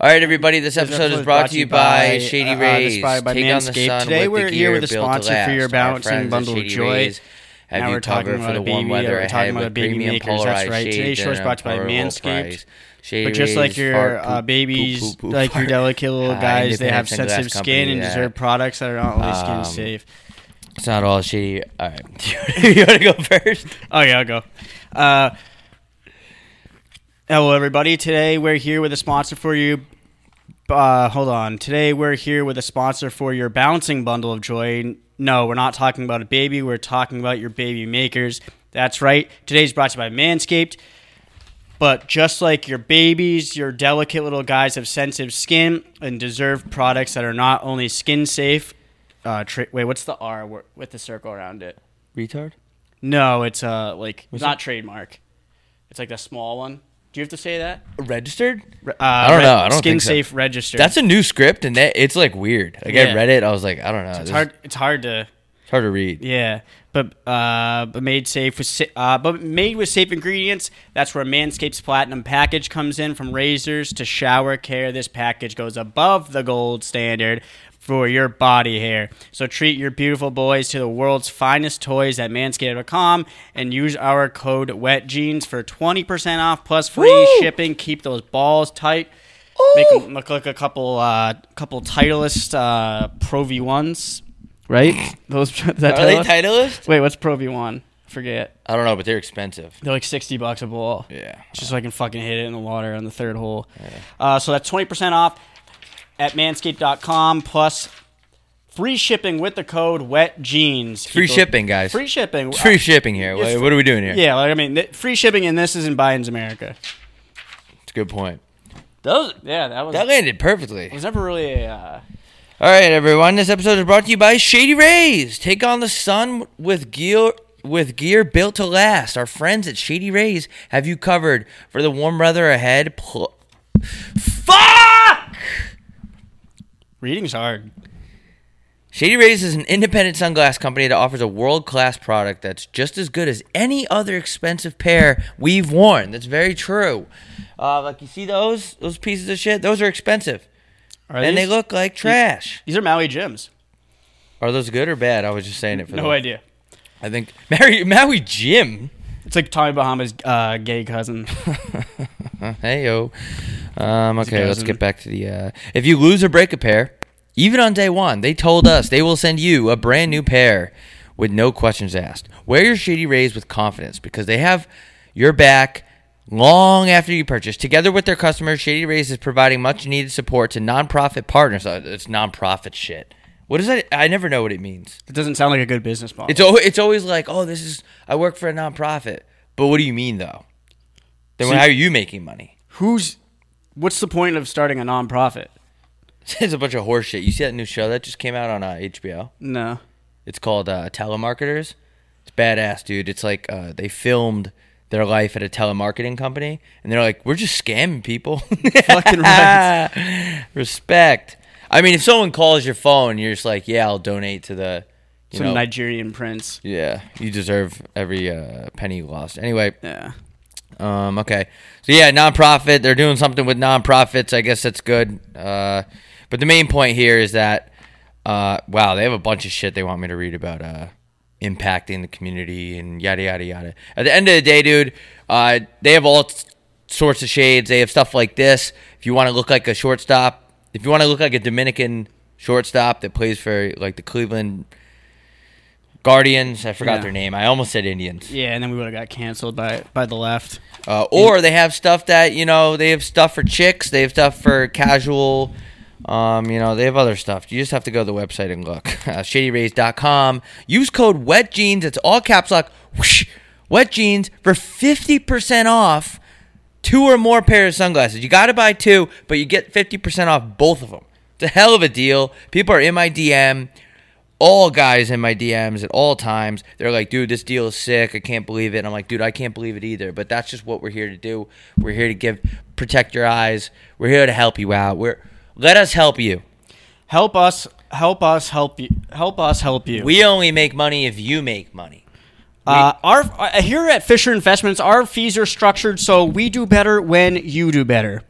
All right, everybody. This episode is brought to you by Shady uh, uh, Rays. this by- by Take on the Manscaped. sun Today with we're the here gear with a built to sponsor for last. your Our balancing friends at bundle of Shady joy. Rays Have Now you we're talking covered for about the a warm baby- weather we're talking ahead about a with baby premium makers, that's polarized right. shade Today's show's and brought to you by affordable Manscaped. price. Shady But just like Rays, your fart, uh, poop, babies, poop, poop, like your fart. delicate little Uh, guys, they independent have sunglass sensitive company skin and that- deserve products that are not only skin Um, safe. It's not all shady. All right. you want to go first? Oh yeah, I'll go. Uh, hello, everybody. Today we're here with a sponsor for you. Uh, hold on. Today we're here with a sponsor for your bouncing bundle of joy. No, we're not talking about a baby. We're talking about your baby makers. That's right. Today's brought to you by Manscaped. But just like your babies, your delicate little guys have sensitive skin and deserve products that are not only skin safe. Uh, tra- wait, what's the R wor- with the circle around it? Retard? No, it's uh like it's not trademark. It's like the small one. Do you have to say that? Registered? Re- Uh, don't re- know. I don't skin think so. safe registered. That's a new script, and that it's like weird. Like I Yeah. read it, I was like, I don't know. This it's is- hard. It's hard to it's hard to read. yeah. But uh, but made safe with sa- uh, but made with safe ingredients. That's where Manscaped's Platinum package comes in, from razors to shower care. This package goes above the gold standard. For your body hair. So treat your beautiful boys to the world's finest toys at manscaped.com and use our code WETJEANS for 20% off plus free Woo! shipping. Keep those balls tight. Make them look like a couple, uh, couple Titleist uh, Pro V1s, right? Those is that Are they Titleist? Titleist? Wait, what's Pro V1? Forget. I don't know, but they're expensive. They're like 60 bucks a ball. Yeah. Just so I can fucking hit it in the water on the third hole. Uh, so that's 20% off at manscaped.com plus free shipping with the code wet jeans. Free shipping, guys. Free shipping. It's free shipping here. It's- What, what are we doing here? yeah, like, I mean, th- free shipping in this is in Biden's America. It's a good point. Those, yeah, that was, That landed perfectly. was never really a. Uh, All right, everyone. This episode is brought to you by Shady Rays. Take on the sun with gear with gear built to last. Our friends at Shady Rays have you covered for the warm weather ahead. Pl- Fuck! reading's hard. Shady Rays is an independent sunglass company that offers a world class product that's just as good as any other expensive pair we've worn. That's very true. Uh, like you see those those pieces of shit, those are expensive, Are and they these, look like trash. These are Maui gyms. Are those good or bad? I was just saying it for No the- idea. I think Maui, Maui Jim. It's like Tommy Bahama's uh, gay cousin. Hey yo. Um, okay, let's dozen. get back to the. Uh, if you lose or break a pair, even on day one, they told us they will send you a brand new pair with no questions asked. Wear your Shady Rays with confidence because they have your back long after you purchase. Together with their customers, Shady Rays is providing much needed support to nonprofit partners. Uh, It's nonprofit shit. What is that? I never know what it means. It doesn't sound like a good business model. It's al- it's always like, oh, this is I work for a nonprofit. But what do you mean though? Then See- how are you making money? who's what's the point of starting a nonprofit? It's a bunch of horse shit. You see that new show that just came out on uh, HBO? No. It's called uh, Telemarketers. It's badass, dude. It's like uh, they filmed their life at a telemarketing company, and they're like, "We're just scamming people." Fucking Respect. I mean, if someone calls your phone, you're just like, "Yeah, I'll donate to the." You Some know, Nigerian prince. yeah, you deserve every uh, penny you lost. Anyway, Yeah. um, okay. So yeah, nonprofit. They're doing something with nonprofits. I guess that's good. Uh, but the main point here is that uh, wow, they have a bunch of shit they want me to read about uh, impacting the community and yada yada yada. At the end of the day, dude, uh, they have all s- sorts of shades. They have stuff like this. If you want to look like a shortstop, if you want to look like a Dominican shortstop that plays for like the Cleveland Guardians, I forgot Yeah. their name. I almost said Indians. Yeah, and then we would have got canceled by by the left. Uh, or they have stuff that you know they have stuff for chicks. They have stuff for casual. Um, you know they have other stuff. You just have to go to the website and look. Uh, ShadyRays.com. Use code Wet Jeans. It's all caps lock. Whoosh, wet Jeans for fifty percent off two or more pairs of sunglasses. You got to buy two, but you get fifty percent off both of them. It's a hell of a deal. People are in my DM all guys in my DMs at all times. They're like, dude, this deal is sick. I can't believe it. And I'm like, dude, I can't believe it either. But that's just what we're here to do. We're here to give, protect your eyes. We're here to help you out. We're let us help you. Help us help us help you help us help you. We only make money if you make money. uh, our uh, here at Fisher Investments, our fees are structured so we do better when you do better.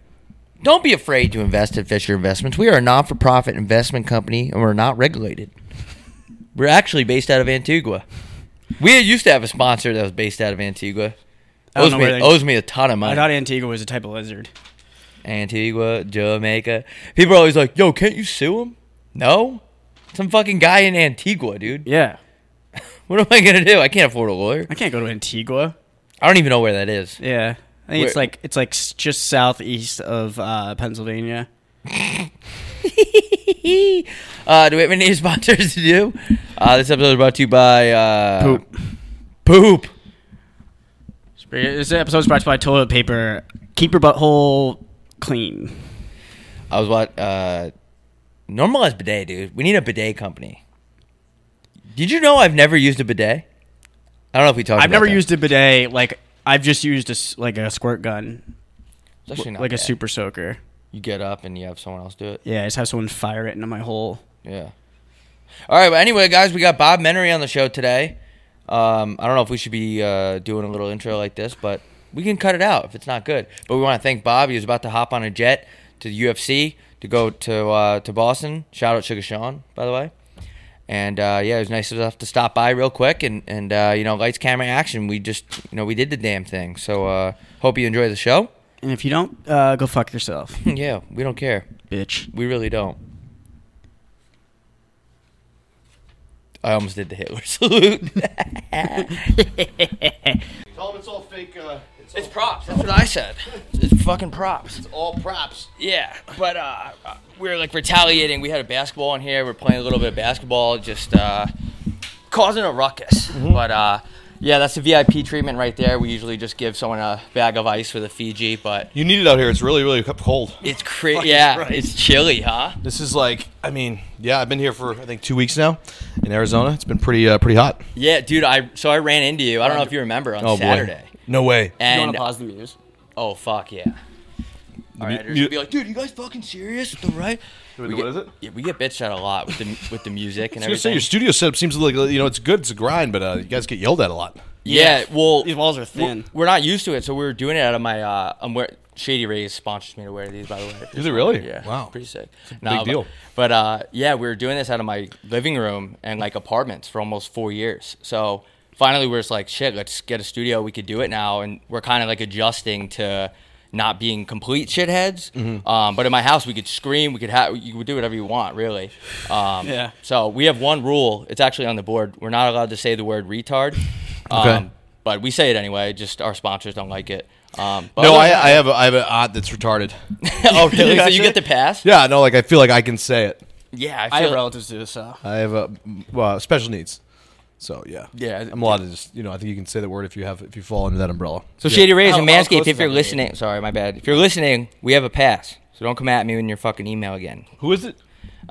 Don't be afraid to invest at Fisher Investments. We are a non for profit investment company and we're not regulated. We're actually based out of Antigua. We used to have a sponsor that was based out of Antigua. I don't Owes know me, where they- owes me a ton of I money. thought Antigua was a type of lizard. Antigua, Jamaica. People are always like, yo, can't you sue him? No. Some fucking guy in Antigua, dude. Yeah. What am I going to do? I can't afford a lawyer. I can't go to Antigua. I don't even know where that is. Yeah. I think it's Where- like it's like s- just southeast of uh, Pennsylvania. uh, do we have any new sponsors to do? Uh, this episode is brought to you by uh, Poop. Poop. This episode's brought to you by toilet paper. Keep your butthole clean. I was what uh, normalized bidet, dude. We need a bidet company. Did you know I've never used a bidet? I don't know if we talked. I've about never that. used a bidet. Like I've just used a s- like a squirt gun, It's actually not like a bad. super soaker. You get up and you have someone else do it. Yeah, I just have someone fire it into my hole. Yeah. All right, but anyway, guys, we got Bob Menery on the show today. Um, I don't know if we should be uh, doing a little intro like this, but we can cut it out if it's not good. But we want to thank Bob. He was about to hop on a jet to the UFC to go to uh, to Boston. Shout out Sugar Sean, by the way. And uh, yeah, it was nice enough to stop by real quick and and uh, you know lights, camera, action. We just you know we did the damn thing. So uh, hope you enjoy the show. And if you don't, uh, go fuck yourself, yeah, we don't care. bitch. We really don't. I almost did the Hitler salute. Tell him it's all fake. Uh, it's, it's all, props. That's what I said. It's fucking props. it's all props. Yeah, but uh, we were like retaliating. We had a basketball in here. We are playing a little bit of basketball, just uh, causing a ruckus. But uh, yeah, that's the VIP treatment right there. We usually just give someone a bag of ice with a Fiji, but You need it out here. It's really, really cold. it's crazy. Yeah, Christ. it's chilly, huh? This is like, I mean, yeah, I've been here for I think two weeks now in Arizona. It's been pretty, uh, pretty hot. Yeah, dude. I so I ran into you. I don't know if you remember on Oh Saturday. boy, no way. You And want to pause the muse? Oh fuck yeah! All right, mu- there's gonna be like, dude, you guys fucking serious? The right? Wait, We what get- is it? Yeah, we get bitched at a lot with the with the music and I was gonna say everything. your studio setup seems like you know it's good, it's a grind, but uh, you guys get yelled at a lot. yeah, well, These walls are thin. we're not used to it, so we were doing it out of my. Uh, I'm wear- Shady Rays sponsors me to wear these, by the way. Is it really? Yeah. Wow. Pretty sick. Big deal. But, uh, yeah, we were doing this out of my living room and like apartments for almost four years. So finally, we're just like, shit, let's get a studio. We could do it now, and we're kind of like adjusting to not being complete shitheads. Mm-hmm. Um, but in my house, we could scream, we could have, you could do whatever you want, really. Um, Yeah. So we have one rule. It's actually on the board. We're not allowed to say the word retard. Okay. Um, but we say it anyway. Just our sponsors don't like it. Um, but No, I, I have a, I have an aunt that's retarded. oh really? so you actually- get the pass? Yeah, no, like I feel like I can say it. Yeah, I I have feel. relatives do uh, so. I have a well, special needs, so yeah, Yeah. I'm allowed to just you know I think you can say the word if you have if you fall under that umbrella. so Shady Rays How- and how Manscaped. close If is you're that to listening, sorry, my bad. If you're listening, we have a pass. So don't come at me in your fucking email again. Who is it?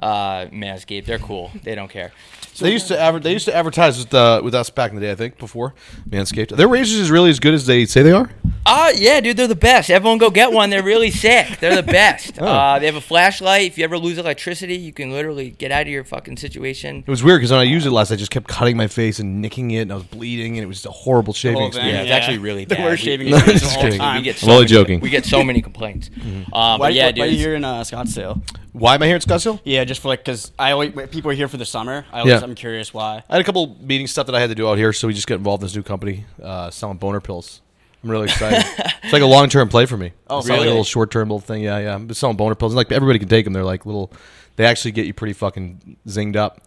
Uh, Manscaped, they're cool. They don't care. they used to adver- they used to advertise with uh, with us back in the day. I think before Manscaped, their razors is really as good as they say they are. Uh, yeah, dude, they're the best. Everyone go get one. They're really sick. They're the Oh. best. Uh, they have a flashlight. If you ever lose electricity, you can literally get out of your fucking situation. It was weird because when I used it last, I just kept cutting my face and nicking it, and I was bleeding, and it was just a horrible shaving. whole experience. thing. Yeah, it's Yeah. actually really The bad. worst We- shaving we- experience of we all get- time. We get so I'm only many, joking. Mm-hmm. We get so many complaints. Um, Why, but yeah, why, why are dude. you it's- here in uh, Scottsdale? Why am I here in Scottsdale? Yeah, just for like, cause I always people are here for the summer. I always Yeah. I'm curious why. I had a couple meeting stuff that I had to do out here, so we just got involved in this new company uh, selling boner pills. I'm really excited. it's like a long term play for me. Oh, it's not like really? a little short term little thing. Yeah, yeah. I'm selling boner pills. And like everybody can take them. They're like little. They actually get you pretty fucking zinged up.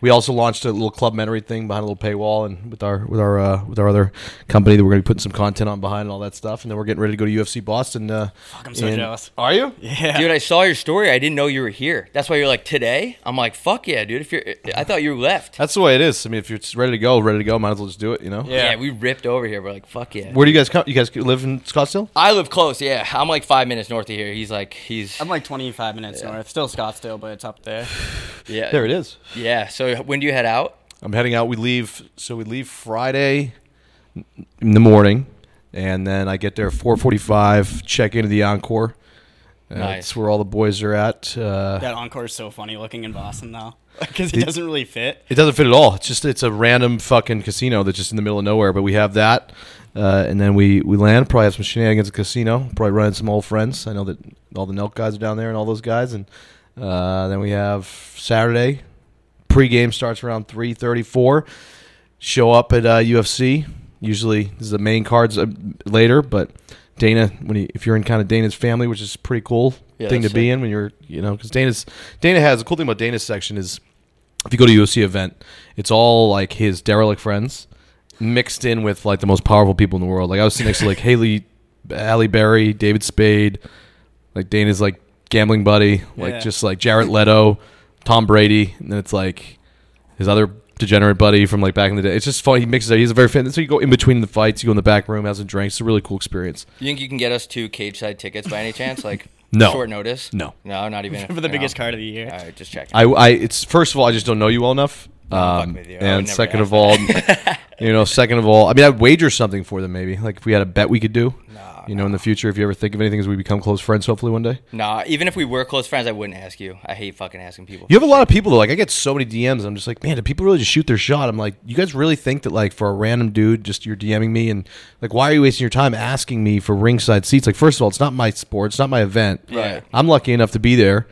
We also launched a little club memory thing behind a little paywall, and with our with our uh, with our other company that we're going to be putting some content on behind and all that stuff. And then we're getting ready to go to UFC Boston. Uh, Fuck, I'm so jealous. Are you? Yeah, Dude, I saw your story. I didn't know you were here. That's why you're like today. I'm like, fuck yeah, dude. If you're, I thought you left. That's the way it is. I mean, if you're just ready to go, ready to go, might as well just do it. You know. Yeah. Yeah. we ripped over here. We're like, fuck yeah. Where do you guys come? You guys live in Scottsdale? I live close. Yeah, I'm like five minutes north of here. He's like, he's I'm like 25 minutes north. Still Scottsdale, but it's up there. yeah, There it is. Yeah. So when do you head out? I'm heading out. We leave. So we leave Friday in the morning, and then I get there 4:45. Check into the Encore, Uh, Nice. That's where all the boys are at. Uh, That encore is so funny looking in Boston though, because he doesn't really fit. It doesn't fit at all. It's just it's a random fucking casino that's just in the middle of nowhere. But we have that, uh, and then we we land. Probably have some shenanigans at the casino. Probably run into some old friends. I know that all the Nelk guys are down there and all those guys. And uh, then we have Saturday. Pre-game starts around three thirty-four. Show up at uh, UFC. Usually, this is the main cards uh, later, but. Dana, when you, if you're in kind of Dana's family, which is a pretty cool Yeah, thing to that's be it. in when you're, you know, because Dana's Dana has the cool thing about Dana's section is if you go to a UFC event, it's all like his derelict friends mixed in with like the most powerful people in the world. Like I was sitting next to like Haley, Halle Berry, David Spade, like Dana's like gambling buddy, like Yeah. just like Jarrett Leto, Tom Brady, and then it's like his other degenerate buddy from like back in the day. It's just fun. He mixes it. He's a very fan. So you go in between the fights, you go in the back room, have some drinks. It's a really cool experience. You think you can get us two cage side tickets by any chance? Like No. short notice? No. no, not even if- For no. the biggest card of the year. All right, just checking. I, I it's first of all, I just don't know you well enough. I'll fuck Um, with you. I would and never second ask of all, you know, second of all, I mean, I'd wager something for them maybe. Like if we had a bet we could do, No, you know, in the future, if you ever think of anything as we become close friends, hopefully one day. Nah, even if we were close friends, I wouldn't ask you. I hate fucking asking people. You have a lot of people though. Like I get so many DMs. I'm just like, man, do people really just shoot their shot? I'm like, you guys really think that like for a random dude, just you're DMing me and like, why are you wasting your time asking me for ringside seats? Like, first of all, it's not my sport. It's not my event. Right. I'm lucky enough to be there.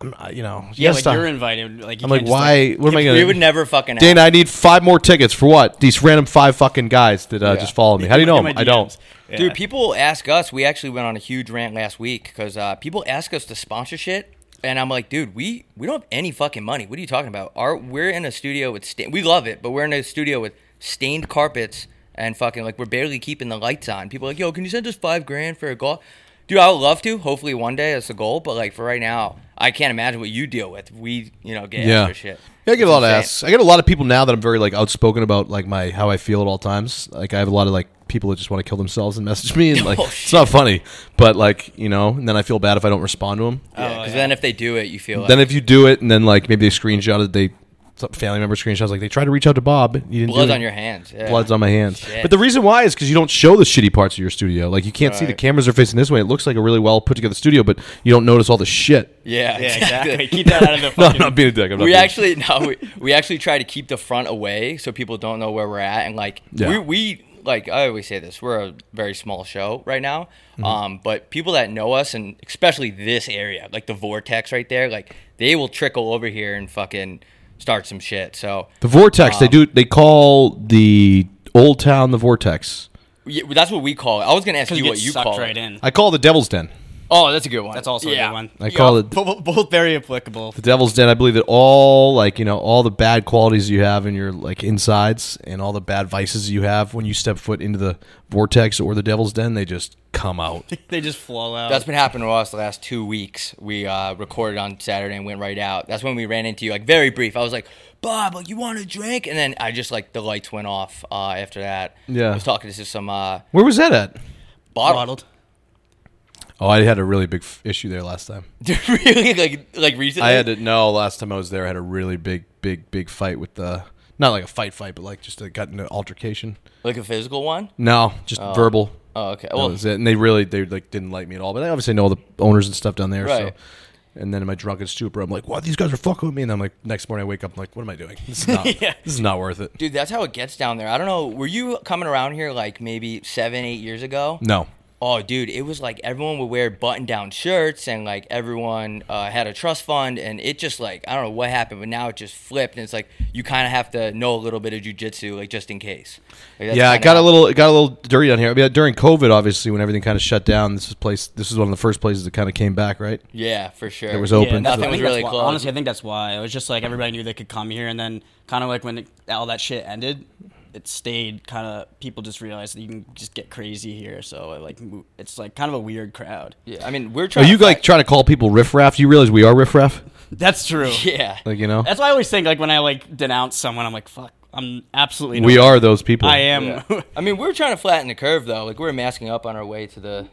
I'm, not- you know, Yeah, yes, like I'm- you're invited. Like you I'm like, can't just, why? what am I gonna? we would never fucking ask. Dana, I need five more tickets for what? These random five fucking guys that uh, Yeah. just follow me. How do you know? In my them? I don't. DMs. Yeah. Dude, people ask us. We actually went on a huge rant last week because uh, people ask us to sponsor shit, and I'm like, dude, we we don't have any fucking money. What are you talking about? Our we're in a studio with sta- we love it, but we're in a studio with stained carpets and fucking like we're barely keeping the lights on. People are like, yo, can you send us five grand for a golf? Dude, I would love to. Hopefully, one day that's the goal. But like for right now, I can't imagine what you deal with. We, you know, get Yeah. asked for shit. Yeah, I get It's a lot of insane. asks. I get a lot of people now that I'm very like outspoken about like my how I feel at all times. Like I have a lot of like people that just want to kill themselves and message me, and like Oh, it's not funny. But like you know, and then I feel bad if I don't respond to them. Yeah, Oh, 'cause yeah. then if they do it, you feel like, Then if you do it, and then like maybe they screenshot it, they some family member screenshots like they tried to reach out to Bob. You didn't blood do it. on your hands. Yeah. Blood's on my hands. Shit. But the reason why is because you don't show the shitty parts of your studio. Like you can't see the Right. cameras are facing this way. It looks like a really well put together studio, but you don't notice all the shit. Yeah, Yeah, exactly. Keep that out of the No, I'm fucking. not being a dick. I'm not we being a dick. actually no, we, we actually try to keep the front away so people don't know where we're at, and like Yeah. we we like I always say this, we're a very small show right now, Mm-hmm. um, but people that know us and especially this area, like the vortex right there, like they will trickle over here and fucking start some shit. So the vortex. they do. They call the old town the vortex. yeah, that's what we call it. I was gonna ask 'cause you you what get you sucked call right it. in. I call the devil's den. Oh, that's a good one. That's also a Yeah. good one. I call it Bo- bo- both very applicable. the devil's den. I believe that all like you know all the bad qualities you have in your like insides and all the bad vices you have when you step foot into the vortex or the devil's den, they just come out. They just flow out. That's been happening to us the last two weeks. We uh, recorded on Saturday and went right out. That's when we ran into you, like very brief. I was like, Bob, like you want a drink? And then I just like the lights went off uh, after that. Yeah. I was talking to some uh, Where was that at? bottle. bottled. Oh, I had a really big f- issue there last time. Dude, really like like recently. I had to no. Last time I was there, I had a really big, big, big fight with the not like a fight, fight, but like just a, got into altercation. like a physical one. No, just verbal. Oh, okay. That Well, was it. And they really they like didn't like me at all. But I obviously know the owners and stuff down there. Right. So. And then in my drunken stupor, I'm like, "Wow, these guys are fucking with me." And I'm like, next morning I wake up, I'm like, "What am I doing? This is not. Yeah. This is not worth it." dude, that's how it gets down there. I don't know. Were you coming around here like maybe seven, eight years ago? No. Oh, dude, it was like everyone would wear button down shirts and like everyone uh, had a trust fund. And it just like, I don't know what happened, but now it just flipped. And it's like you kind of have to know a little bit of jujitsu, like just in case. Like, that's yeah, it kinda got a how- little it got a little dirty down here. I mean, during COVID, obviously, when everything kind of shut down, this is place. This is one of the first places that kind of came back, right? Yeah, for sure. It was open. nothing so- I was think that's really why- close. Honestly, I think that's why. It was just like everybody knew they could come here, and then kind of like when it, all that shit ended, it stayed. Kind of people just realized that you can just get crazy here. So it like mo- it's like kind of a weird crowd. Yeah, I mean, we're Are trying. you to like fight- trying to call people riffraff? Do you realize we are riffraff? That's true. Yeah. Like you know, That's why I always think like when I like denounce someone, I'm like, fuck, I'm absolutely. we not- are those people. I am. Yeah. I mean, we're trying to flatten the curve though. Like we're masking up on our way to the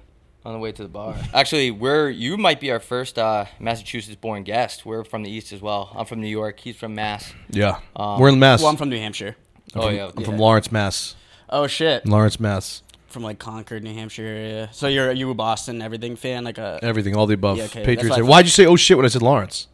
on the way to the bar. Actually, we're you might be our first uh, Massachusetts-born guest. We're from the east as well. I'm from New York. He's from Mass. Yeah, Um, we're in Mass. well, I'm from New Hampshire. oh yeah, I'm yeah. from Lawrence, Mass. Oh shit. Lawrence, Mass. from like Concord, New Hampshire area. So you're a U Boston everything fan, like a Everything, all the above. Yeah, okay, that's Patriots. what I Why'd you say oh shit when I said Lawrence?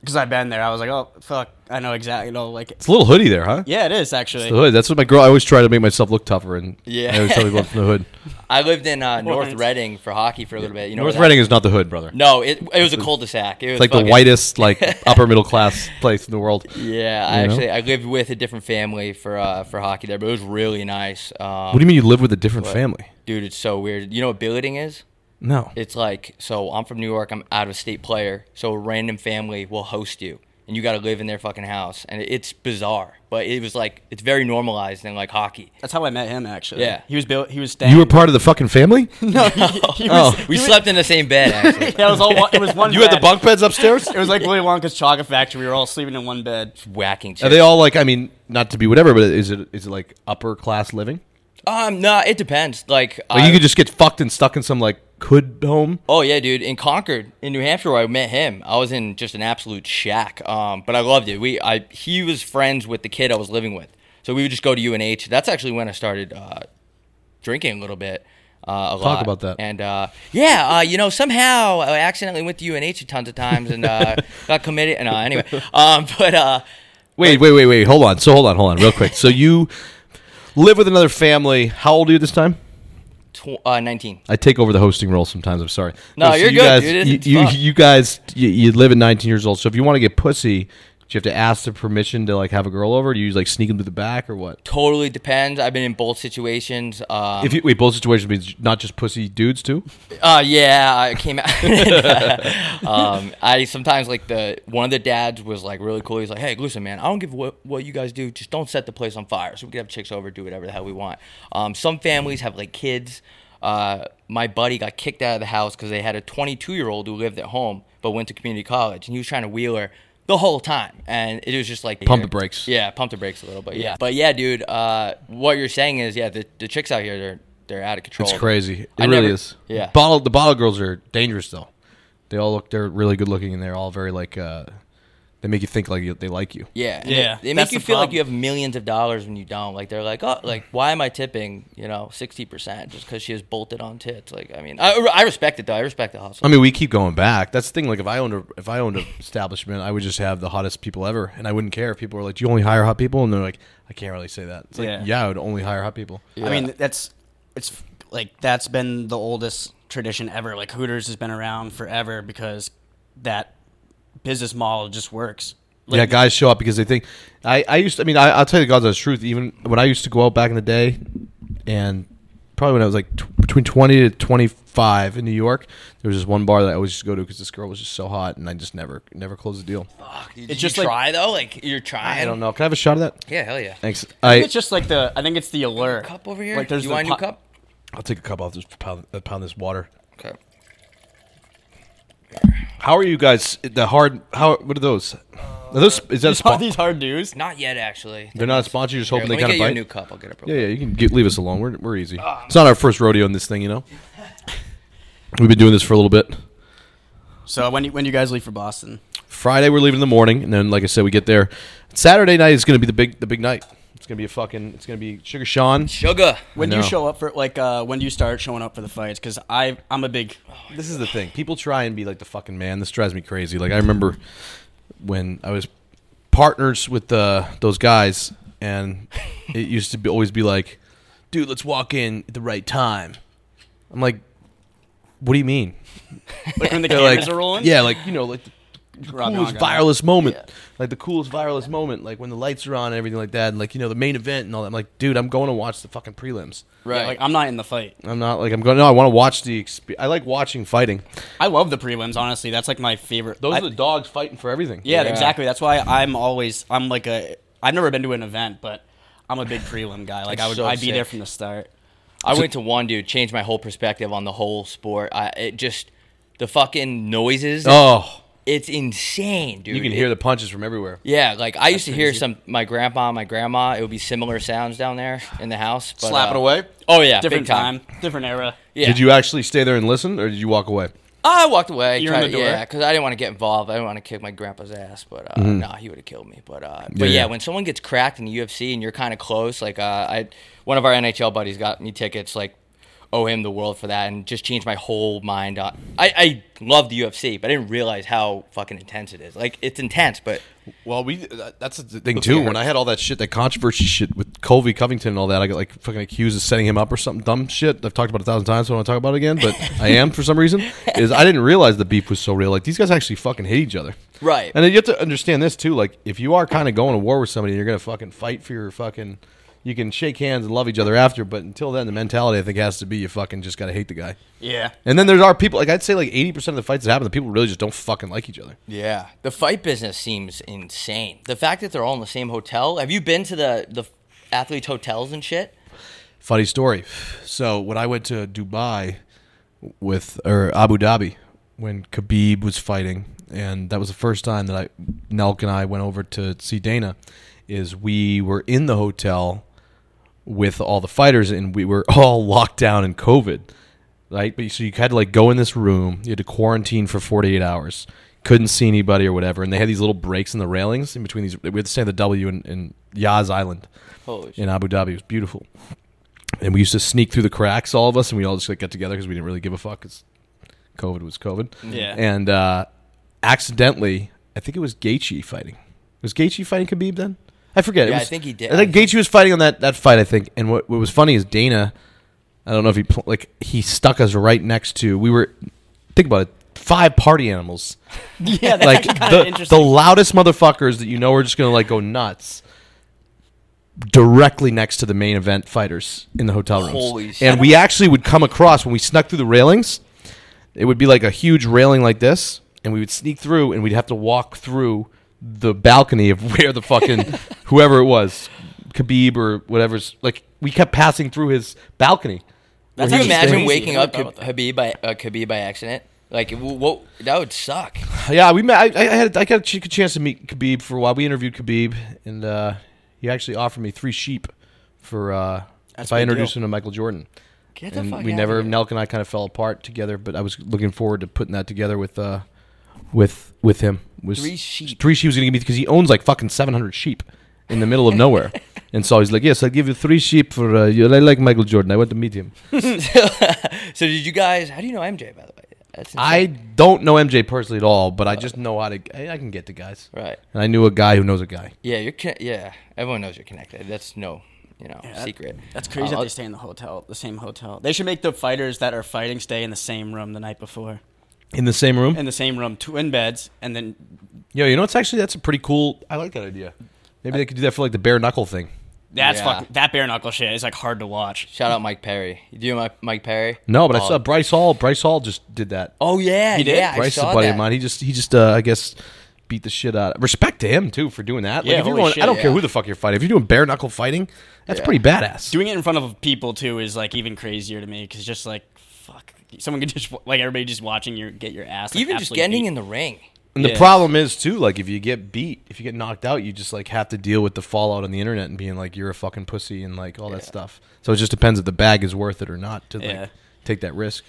because I've been there. I was like, oh fuck, I know exactly. You know, like It's a little hoodie there, huh? yeah, it is actually. The hood. That's what my girl. I always try to make myself look tougher, and Yeah. I always tell people I'm from the hood. I lived in uh, North thanks. Reading for hockey for a little bit. You know North where that- Reading is not the hood, brother. No, it it was a cul-de-sac. It was It's like fucking- the whitest, like upper middle class place in the world. Yeah, I you know? actually I lived with a different family for uh, for hockey there, but it was really nice. Um, What do you mean you live with a different family? dude? It's so weird. You know what billeting is? No. It's like so I'm from New York. I'm out of state player, so a random family will host you, and you got to live in their fucking house, and it's bizarre. But it was like it's very normalized in like hockey. That's how I met him actually. Yeah. he was built. He was staying. You were part of the fucking family? no, he, he Oh. was, We he was- slept in the same bed. Actually. Yeah, it was all. One, it was one. You had the bed. bunk beds upstairs? It was like Willy Wonka's Chocolate Factory. We were all sleeping in one bed. Whacking. Are Chicks. they all like? I mean, not to be whatever, but is it is it like upper class living? Um, no, it depends. Like, Like I- you could just get fucked and stuck in some like hood home. Oh yeah, dude! In Concord, in New Hampshire, where I met him, I was in just an absolute shack. Um, but I loved it. We, I, he was friends with the kid I was living with, so we would just go to UNH. That's actually when I started uh, drinking a little bit. Uh, a Talk lot. about that. And uh, yeah, uh, you know, somehow I accidentally went to UNH tons of times and uh, got committed. And uh, anyway, um, but uh, Wait, wait, wait, wait. Hold on. So hold on, hold on, real quick. So you live with another family. How old are you this time? tw- uh, nineteen. I take over the hosting role sometimes. I'm sorry. No, so you're you good, guys, dude. It's- it's You, you, fun. you guys, you, you live at 19 years old. So if you want to get pussy, do you have to ask the permission to like have a girl over? Do you like sneak them to the back or what? Totally depends. I've been in both situations. Um, If you wait, both situations means not just pussy dudes too. Uh, yeah, I came out. um, I sometimes like the one of the dads was like really cool. He's like, "Hey, listen, man, I don't give what what you guys do. Just don't set the place on fire. So we can have chicks over, do whatever the hell we want." Um, some families have like kids. Uh, my buddy got kicked out of the house because they had a 22 year old who lived at home but went to community college, and he was trying to wheel her the whole time, and it was just like Pump the brakes. Yeah, pump the brakes a little, but yeah, but yeah, dude, uh, what you're saying is yeah, the, the chicks out here they're they're out of control. It's crazy. It I really never- is. yeah. Bottle the bottle girls are dangerous though. They all look. They're really good looking, and they're all very like. uh They make you think like you, they like you. Yeah, and Yeah, They, they that's make you the feel like problem. you have millions of dollars when you don't. Like they're like, oh, like why am I tipping? You know, sixty percent just because she has bolted on tits. Like I mean, I, I respect it though. I respect the hustle. I mean, we keep going back. That's the thing. Like, if I owned a if I owned an establishment, I would just have the hottest people ever, and I wouldn't care if people were like, "Do you only hire hot people?" And they're like, "I can't really say that." It's like, yeah, Yeah. I would only hire hot people. I mean, that's it's like that's been the oldest tradition ever. Like Hooters has been around forever because that business model just works. Like, yeah, guys show up because they think. I, I used. To, I mean, I, I'll tell you the God's honest truth. Even when I used to go out back in the day, and probably when I was like t- between twenty to twenty five in New York, there was this one bar that I always used to go to because this girl was just so hot, and I just never never closed the deal. Fuck, did it's you just like- try though. Like you're trying. I don't know. Can I have a shot of that? Yeah, hell yeah. Thanks. I think I it's just like the I think it's the allure. Cup over here. Like there's you the want a po- new cup? I'll take a cup off this pound, uh, pound this water. Okay. How are you guys? The hard. How? What are those? Are those? These Is that a hard, spot? these hard dudes. Not yet, actually. They're not a sponsor. You're just Here, hoping let me they kind get of you a bite. new cup. Ah. I'll get it. real yeah, quick. yeah. You can get, leave us alone. We're we're easy. it's not our first rodeo in this thing, you know. We've been doing this for a little bit. So when you, when you guys leave for Boston, Friday we're leaving in the morning, and then like I said, we get there. Saturday night is going to be the big the big night. It's going to be a fucking. It's going to be Sugar Sean. Sugar. when do you know. show up for like uh, when do you start showing up for the fights? Because I I'm a big This is the thing. People try and be like the fucking man. This drives me crazy. Like I remember when I was partners with uh, those guys, and it used to be, always be like, "Dude, let's walk in at the right time." I'm like, "What do you mean?" like when the They're cameras like, are rolling. Yeah, like you know, like the Rob coolest Naga. viralist moment, Yeah. like the coolest viralist moment, like when the lights are on and everything like that, and like you know the main event and all that. I'm like, "Dude, I'm going to watch the fucking prelims." Yeah, Right. like I'm not in the fight. I'm not like I'm going. No, I want to watch the. Exp- I like watching fighting. I love the prelims. Honestly, that's like my favorite. Those I- are the dogs fighting for everything. Yeah, Yeah. exactly. That's why I'm always I'm like a I've never been to an event, but I'm a big prelim guy. Like I That's would so I'd be there sick. from the start. I went to one dude, changed my whole perspective on the whole sport. I it just the fucking noises. Oh, It's insane, dude. you can It- hear the punches from everywhere. Yeah, like I used to hear some my grandpa, and my grandma. It would be similar sounds down there in the house. But, Slap uh, it away. Oh yeah, Different big time. time. different era. Yeah. Did you actually stay there and listen, or did you walk away? I walked away. You're in tried- the door? Yeah, because I didn't want to get involved. I didn't want to kick my grandpa's ass. But uh, nah, he would have killed me. But uh, but Mm-hmm. Yeah, yeah, yeah. when someone gets cracked in the UFC and you're kind of close, like uh, I, one of our NHL buddies got me tickets. Like owe him the world for that, and just changed my whole mind. On, I I love the UFC, but I didn't realize how fucking intense it is. Like it's intense, but Well, we that- that's the thing too. When I had all that shit, that controversy shit with Colby Covington and all that, I got like fucking accused of setting him up or something dumb shit. I've talked about it a thousand times, so I don't want to talk about it again. But I am for some reason. Is I didn't realize the beef was so real. Like these guys actually fucking hate each other, Right. And then you have to understand this too. Like if you are kind of going to war with somebody, you're gonna fucking fight for your fucking. You can shake hands and love each other after, but until then, the mentality I think has to be you fucking just gotta hate the guy. yeah, And then there are people like I'd say like eighty percent of the fights that happen, the people really just don't fucking like each other. Yeah, the fight business seems insane. The fact that they're all in the same hotel. Have you been to the the athletes' hotels and shit? Funny story. So when I went to Dubai with or Abu Dhabi when Khabib was fighting, and that was the first time that I Nelk and I went over to see Dana, is we were in the hotel with all the fighters and we were all locked down in COVID. Right? But you- so you had to like go in this room, you had to quarantine for 48 hours. Couldn't see anybody or whatever, and they had these little breaks in the railings in between these. We had to stay at the W in, in Yaz Island, Holy shit. in Abu Dhabi. It was beautiful, and we used to sneak through the cracks, all of us, and we all just like, got together because we didn't really give a fuck. 'cause COVID was COVID. Yeah. And uh, accidentally, I think it was Gaethje fighting. Was Gaethje fighting Khabib then? I forget. It Yeah, I was- think he did. I think Gaethje was fighting on that, that fight. I think. And what what was funny is Dana. I don't know if he pl- like he stuck us right next to. We were think about it. Five party animals, Yeah, that's like actually kinda the, the loudest motherfuckers that you know are just gonna like go nuts. Directly next to the main event fighters in the hotel rooms, Holy shit. and we actually would come across when we snuck through the railings it would be like a huge railing like this, and we would sneak through, and we'd have to walk through the balcony of where the fucking whoever it was, Khabib or whatever's like. We kept passing through his balcony. Can Where you he was imagine standing. waking I up forgot about Khabib, Khabib by uh, Khabib by accident? Like, w- what? That would suck. Yeah, we met. I, I had I got a ch- chance to meet Khabib for a while. We interviewed Khabib, and uh, he actually offered me three sheep for uh, if I a big introduced deal. him to Michael Jordan. Get the and fuck we outta never here. Nelk and I kind of fell apart together, but I was looking forward to putting that together with uh, with with him. Was Three sheep. Three sheep was gonna give me because he owns like fucking seven hundred sheep in the middle of nowhere, and so he's like, "Yes, I'll give you three sheep for uh, you. I like Michael Jordan. I want to meet him. So did you guys? How do you know MJ? By the way, that's I don't know MJ personally at all, but I just know how to. I, I can get to guys, right. and I knew a guy who knows a guy. Yeah, you're. Con- yeah, everyone knows you're connected. That's no, you know, secret. That's crazy Uh, that they stay in the hotel, the same hotel. They should make the fighters that are fighting stay in the same room the night before, In the same room. in the same room, twin beds, and then Yo, you know it's actually that's a pretty cool. I like that idea. Maybe they could do that for like the bare knuckle thing. that's Yeah. fuck, that bare knuckle shit is like hard to watch. Shout out Mike Perry. You do Mike, Mike Perry? No, but I Oh. saw Bryce Hall. Bryce Hall just did that. Oh yeah, He did? yeah. Bryce I is saw a buddy that. of mine. He just he just uh, I guess beat the shit out. Respect to him too for doing that. Yeah, like, if you're holy going, shit, I don't care yeah. who the fuck you're fighting. If you're doing bare knuckle fighting, that's pretty badass. Doing it in front of people too is like even crazier to me because just like fuck, someone could just like everybody just watching you get your ass. Like, Even just absolutely getting beat. in the ring. and the yeah. problem is too, like if you get beat, if you get knocked out, you just like have to deal with the fallout on the internet and being like you're a fucking pussy and like all that stuff. So it just depends if the bag is worth it or not to Yeah. like take that risk.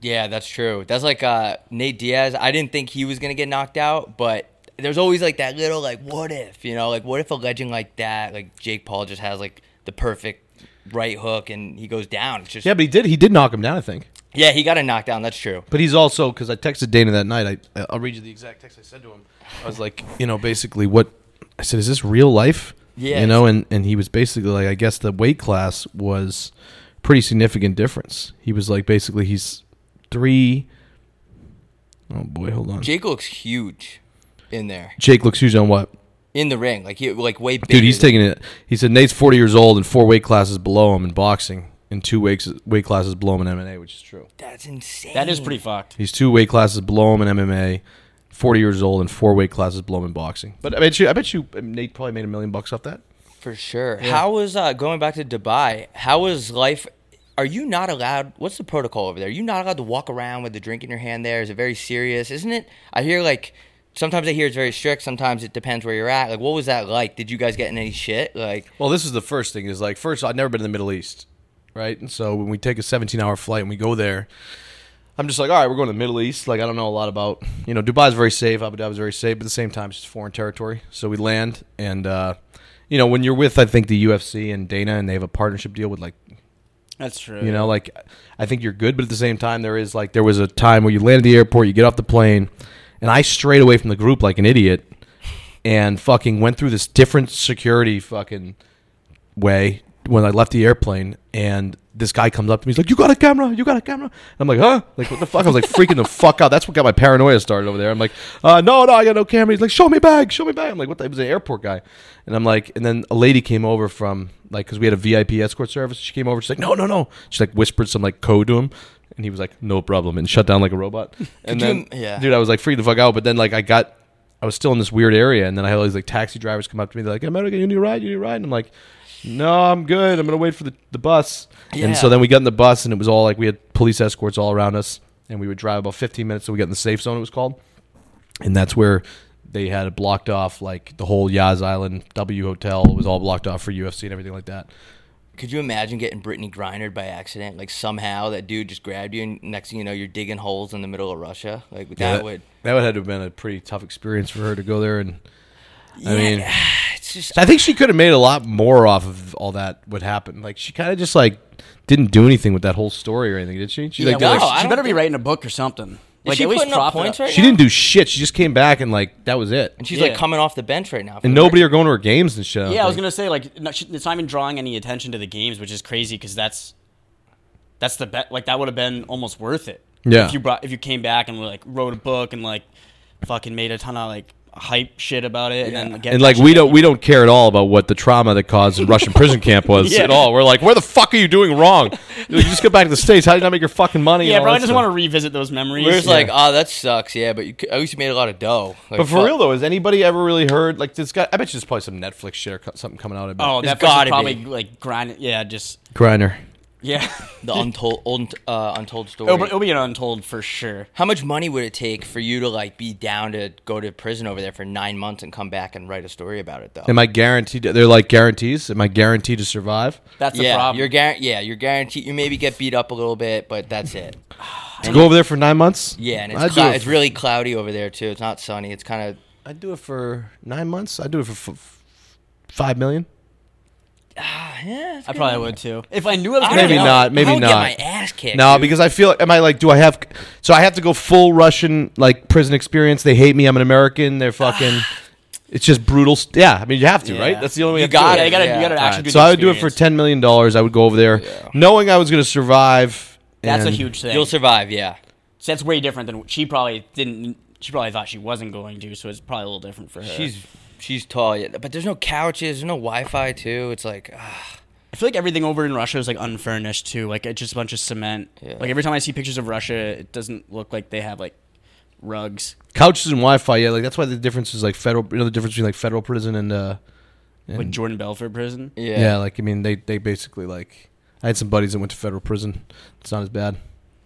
Yeah, that's true. That's like uh, Nate Diaz. I didn't think he was gonna get knocked out, but there's always like that little like, what if? You know, like what if a legend like that, like Jake Paul, just has like the perfect right hook and he goes down. It's just Yeah, but he did he did knock him down. I think. yeah, he got a knockdown. That's true. But he's also because I texted Dana that night. I I'll read you the exact text I said to him. I was like, you know, basically what I said is this real life? Yeah. You know, and and he was basically like, I guess the weight class was pretty significant difference. He was like, basically, he's three oh boy, hold on. Jake, Jake looks huge in there looks huge on what? in the ring. Like he like way bigger. Dude, he's than- taking it. He said Nate's forty years old and four weight classes below him in boxing, and two weight weight classes below him in MMA, which is true. That's insane. that is pretty fucked. He's two weight classes below him in MMA, 40 years old, and four weight classes below him in boxing. But I bet you, I bet you, um, Nate probably made a million bucks off that. For sure. How was uh, going back to Dubai? How was life? Are you not allowed? What's the protocol over there? Are you not allowed to walk around with the drink in your hand? There is it very serious, isn't it? I hear like sometimes I hear it's very strict. Sometimes it depends where you're at. Like, what was that like? Did you guys get in any shit? Like, Well, this is the first thing is like, first, I've never been to the Middle East, right? And so when we take a 17 hour flight and we go there, I'm just like, all right, we're going to the Middle East. Like, I don't know a lot about, you know, Dubai's very safe, Abu Dhabi's very safe, but at the same time, it's just foreign territory. So we land, and, uh, you know, when you're with, I think, the UFC and Dana, and they have a partnership deal with like That's true. You know, like I think you're good, but at the same time, there is like there was a time where you land at the airport, you get off the plane, and I strayed away from the group like an idiot, and fucking went through this different security fucking way when I left the airplane, and this guy comes up to me, he's like, "You got a camera? You got a camera?" And I'm like, "Huh?" Like what the fuck? I was like freaking the fuck out. That's what got my paranoia started over there. I'm like, uh, "No, no, I got no camera." He's like, "Show me bag, show me bag." I'm like, "What?" The-? It was an airport guy, and I'm like, and then a lady came over from like because we had a VIP escort service. She came over, she's like, "No, no, no." She like whispered some like code to him. And he was like, "No problem," and shut down like a robot. Could And then, you- yeah. dude, I was like freaking the fuck out. But then, like, I got, I was still in this weird area, and then I had all these like taxi drivers come up to me. They're like, "America, you need a ride? You need a ride?" And I'm like, "No, I'm good. I'm gonna wait for the, the bus." Yeah. And so then we got in the bus, and it was all like we had police escorts all around us, and we would drive about 15 minutes till we got in the safe zone. It was called, and that's where they had it blocked off, like the whole Yaz Island W Hotel was all blocked off for UFC and everything like that. Could you imagine getting Brittany Grinered by accident? Like somehow that dude just grabbed you, and next thing you know, you're digging holes in the middle of Russia. Like that would. that would have been a pretty tough experience for her to go there and. I mean, It's just I think she could have made a lot more off of all that what happened. Like she kind of just like didn't do anything with that whole story or anything, did she? She Yeah, like, well, no, she- I she don't better be think- writing a book or something. is she putting up prop it points up. right she now? didn't do shit. She just came back and like that was it. And she's Yeah. like coming off the bench right now. And nobody are going to her games and shit. I don't Yeah, I was think. gonna say like no, she, it's not even drawing any attention to the games, which is crazy because that's that's the bet. Like that would have been almost worth it. Yeah. if you brought if you came back and like wrote a book and like fucking made a ton of like hype shit about it and then get And like we don't we don't care at all about what the trauma that caused the Russian prison camp was Yeah. at all. We're like, where the fuck are you doing wrong? You just get back to the states. How did you not make your fucking money? yeah, and all probably that just stuff? want to revisit those memories. We're just like, oh, that sucks. Yeah, but you, c- at least you made a lot of dough. Like, But for fuck. real though, has anybody ever really heard like this guy? I bet you there's probably some Netflix shit or co- something coming out. oh, about it's that gotta person probably be. like grind. Yeah, just Griner. yeah. the untold old, uh, untold story. it'll, be- it'll be an untold for sure. How much money would it take for you to like be down to go to prison over there for nine months and come back and write a story about it though? Am I guaranteed? They're like guarantees. Am I guaranteed to survive? That's the yeah, problem. you're guar- yeah, you're guaranteed. You maybe get beat up a little bit, but that's it. To go over there for nine months? Yeah, and I'd it's, do clou- it it's for- really cloudy over there too. It's not sunny. It's kind of I'd do it for nine months. I'd do it for f- f- five million. yeah. eh, it's I good. probably would too if I knew. I was I gonna don't know. Maybe know. not, maybe I would not. Get my ass kicked. No, dude. because I feel. Am I like? Do I have? So I have to go full Russian like prison experience. They hate me. I'm an American. They're fucking. it's just brutal. st- Yeah, I mean you have to, right? Yeah. That's the only way You have to got do Yeah, you gotta, Yeah. you gotta All right, actually do. so the I would do it for experience. ten million dollars. I would go over there, Yeah. knowing I was going to survive. That's a and- huge thing. you'll survive. Yeah, So that's way different than she probably didn't. She probably thought she wasn't going to, so it's probably a little different for her. she's she's tall. Yeah, but there's no couches. There's no Wi-Fi too. It's like ah, I feel like everything over in Russia is like unfurnished too. Like it's just a bunch of cement. Yeah. Like every time I see pictures of Russia, it doesn't look like they have like rugs. couches and Wi-Fi. Yeah, like that's why the difference is like federal. You know the difference between like federal prison and uh, Like Jordan Belfort prison. yeah. Yeah. like I mean, they they basically like I had some buddies that went to federal prison. It's not as bad.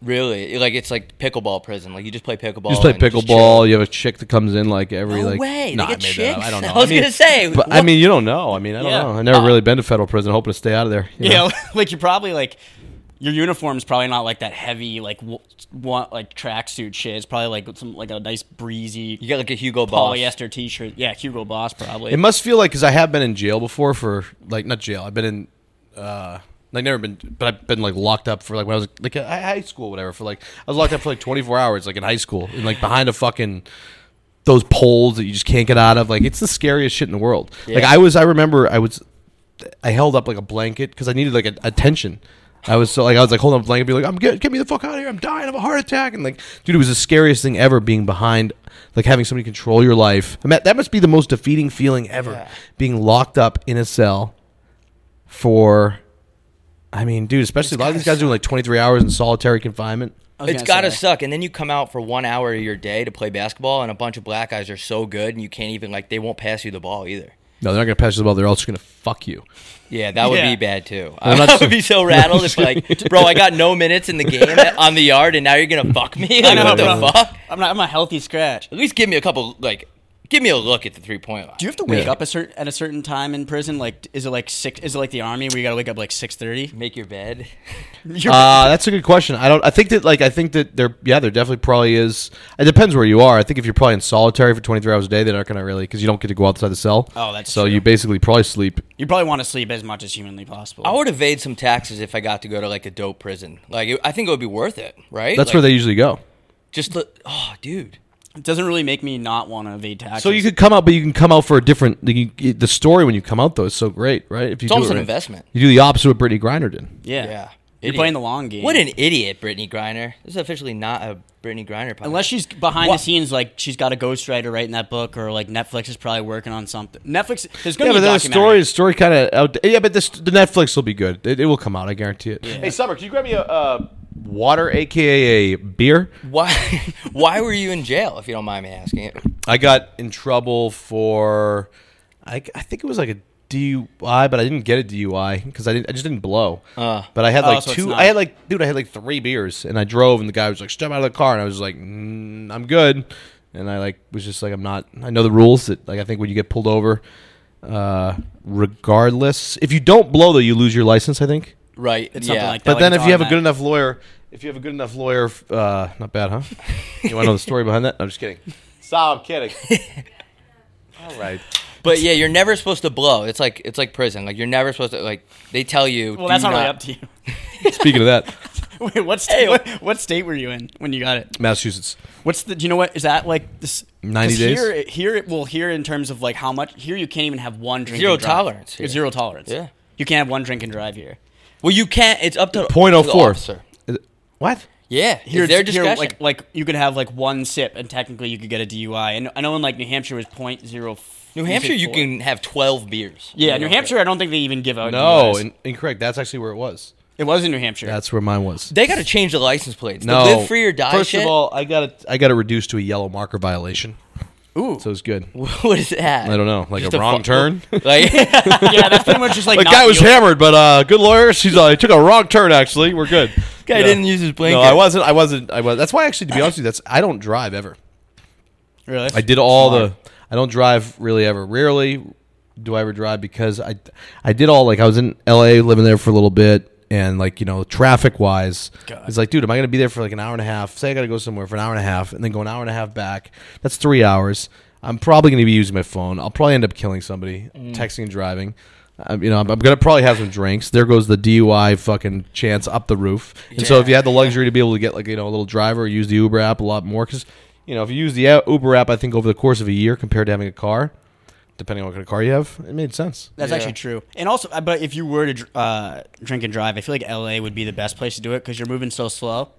Really, like it's like pickleball prison. Like you just play pickleball. You just play and chill. pickleball. You have a chick that comes in like every No like. way. Nah, they get I made that chicks. up. I don't know. I was mean, gonna say. but I what- mean, you don't know. I mean, I don't Yeah. know. I never Uh, really been to federal prison, hoping to stay out of there. you Yeah, know? like you're probably like your uniform's probably not like that heavy like w- want like tracksuit shit. It's probably like some like a nice breezy you got like a Hugo Boss. polyester t-shirt. Yeah, Hugo Boss probably. It must feel like because I have been in jail before for like not jail. I've been in. uh like never been, but I've been like locked up for like when I was like in hi- high school, whatever. For like I was locked up for like twenty four hours, like in high school, and like behind a fucking those poles that you just can't get out of. Like it's the scariest shit in the world. Like Yeah. I was, I remember I was, I held up like a blanket because I needed like a, attention. I was so like I was like holding up a blanket, be like, I'm get, get me the fuck out of here, I'm dying of a heart attack, and like, dude, it was the scariest thing ever being behind, like having somebody control your life. I mean, that must be the most defeating feeling ever, Yeah. being locked up in a cell for. I mean, dude, especially a lot of these guys doing like 23 hours in solitary confinement. I was It's gonna got to say. suck. And then you come out for one hour of your day to play basketball, and a bunch of black guys are so good, and you can't even, like, they won't pass you the ball either. No, they're not gonna pass you the ball. They're also gonna fuck you. Yeah, that would Yeah. be bad too. I'm I not- would be so rattled if, like, bro, I got no minutes in the game on the yard, and now you're going to fuck me? Like, I know, what the bro. fuck? I'm not. I'm a healthy scratch. At least give me a couple, like, Give me a look at the three point line. Do you have to wake Yeah. up a certain at a certain time in prison? Like, is it like six? Is it like the army where you got to wake up like six thirty? Make your bed. Uh, that's a good question. I don't. I think that like I think that there. Yeah, there definitely probably is. It depends where you are. I think if you're probably in solitary for 23 hours a day, they're not going to really because you don't get to go outside the cell. Oh, that's so true. you basically probably sleep. You probably want to sleep as much as humanly possible. I would evade some taxes if I got to go to like a dope prison. Like it, I think it would be worth it, right? That's Like, where they usually go. just look. Oh, dude. it doesn't really make me not want to evade taxes. So you could come out, but you can come out for a different. You, you- the story when you come out though is so great, right? If you It's almost it an right- investment. You do the opposite of what Brittany Griner did. yeah, Yeah. you're Idiot. playing the long game. What an idiot, Brittany Griner. This is officially not a Brittany Griner podcast. Unless she's behind What? the scenes, like she's got a ghostwriter writing that book, or like Netflix is probably working on something. Netflix, there's gonna be a Yeah, but then the story documentary. is story kind of out. Yeah, but this the Netflix will be good. It, it will come out. I guarantee it. Hey, Summer, can you grab me a uh, water, aka a beer? why why were you in jail if you don't mind me asking it? I got in trouble for, I, I think it was like a DUI, but I didn't get a DUI because I didn't. I just didn't blow. Uh. but I had Oh, like so two. it's not- I had like dude, I had like three beers, and I drove, and the guy was like, "Step out of the car," and I was like, mm, "I'm good," and I like was just like, "I'm not." I know the rules that like I think when you get pulled over, uh, regardless, if you don't blow though, you lose your license. I think. Right. It's yeah. something like that. But then, it's if you have a automatic. good enough lawyer, if you have a good enough lawyer, f- uh, not bad, huh? You want to know the story behind that? No, I'm just kidding. Stop, I'm kidding. All right. But yeah, you're never supposed to blow. It's like it's like prison. Like you're never supposed to like they tell you Well, that's do not really not- up to you. Speaking of that, Wait, what state? what, what state were you in when you got it? Massachusetts. What's the? Do you know what is that like? This 90 'cause days? Here, it- here it will here in terms of like how much. Here you can't even have one drink. Zero and drive. tolerance here. It's Zero tolerance. Yeah. you can't have one drink and drive here. Well, you can't. It's up to Point to oh the four. officer. Is it- What? Yeah, Here, it's their it's- here, discretion. like like you could have like one sip and technically you could get a DUI. And I know in like New Hampshire it was point zero. New Hampshire, you can have 12 beers. Yeah, New Hampshire. I don't think they even give out. No, DUIs. in- incorrect. That's actually where it was. it was in New Hampshire. That's where mine was. They got to change the license plates. No, The live free or die First shit. of all, I got it. I got it reduced to a yellow marker violation, Ooh, so it's good. what is that? I don't know, like Just a wrong fu- turn. Like, yeah, that's pretty much just like The not guy was dealing- hammered, but uh, good lawyer. She's uh, he took a wrong turn. Actually, we're good. guy Yeah. didn't use his blinker. No, I wasn't. I wasn't. I was. That's why, actually, to be honest with you, that's I don't drive ever. Really? I did all Smart. the. I don't drive really ever. Rarely do I ever drive because I, I did all like I was in L.A. living there for a little bit and like you know traffic wise, God. it's like dude, am I gonna be there for like an hour and a half? Say I gotta go somewhere for an hour and a half and then go an hour and a half back. That's three hours. I'm probably gonna be using my phone. I'll probably end up killing somebody, Mm. texting and driving. Um, you know, I'm, I'm gonna probably have some drinks. There goes the DUI fucking chance up the roof. And so, if you had the luxury to be able to get like you know a little driver, or use the Uber app a lot more because you know if you use the uh, Uber app, I think over the course of a year compared to having a car, depending on what kind of car you have, it made sense. That's Yeah. actually true. And also, uh, but if you were to dr- uh, drink and drive, I feel like LA would be the best place to do it because you're moving so slow.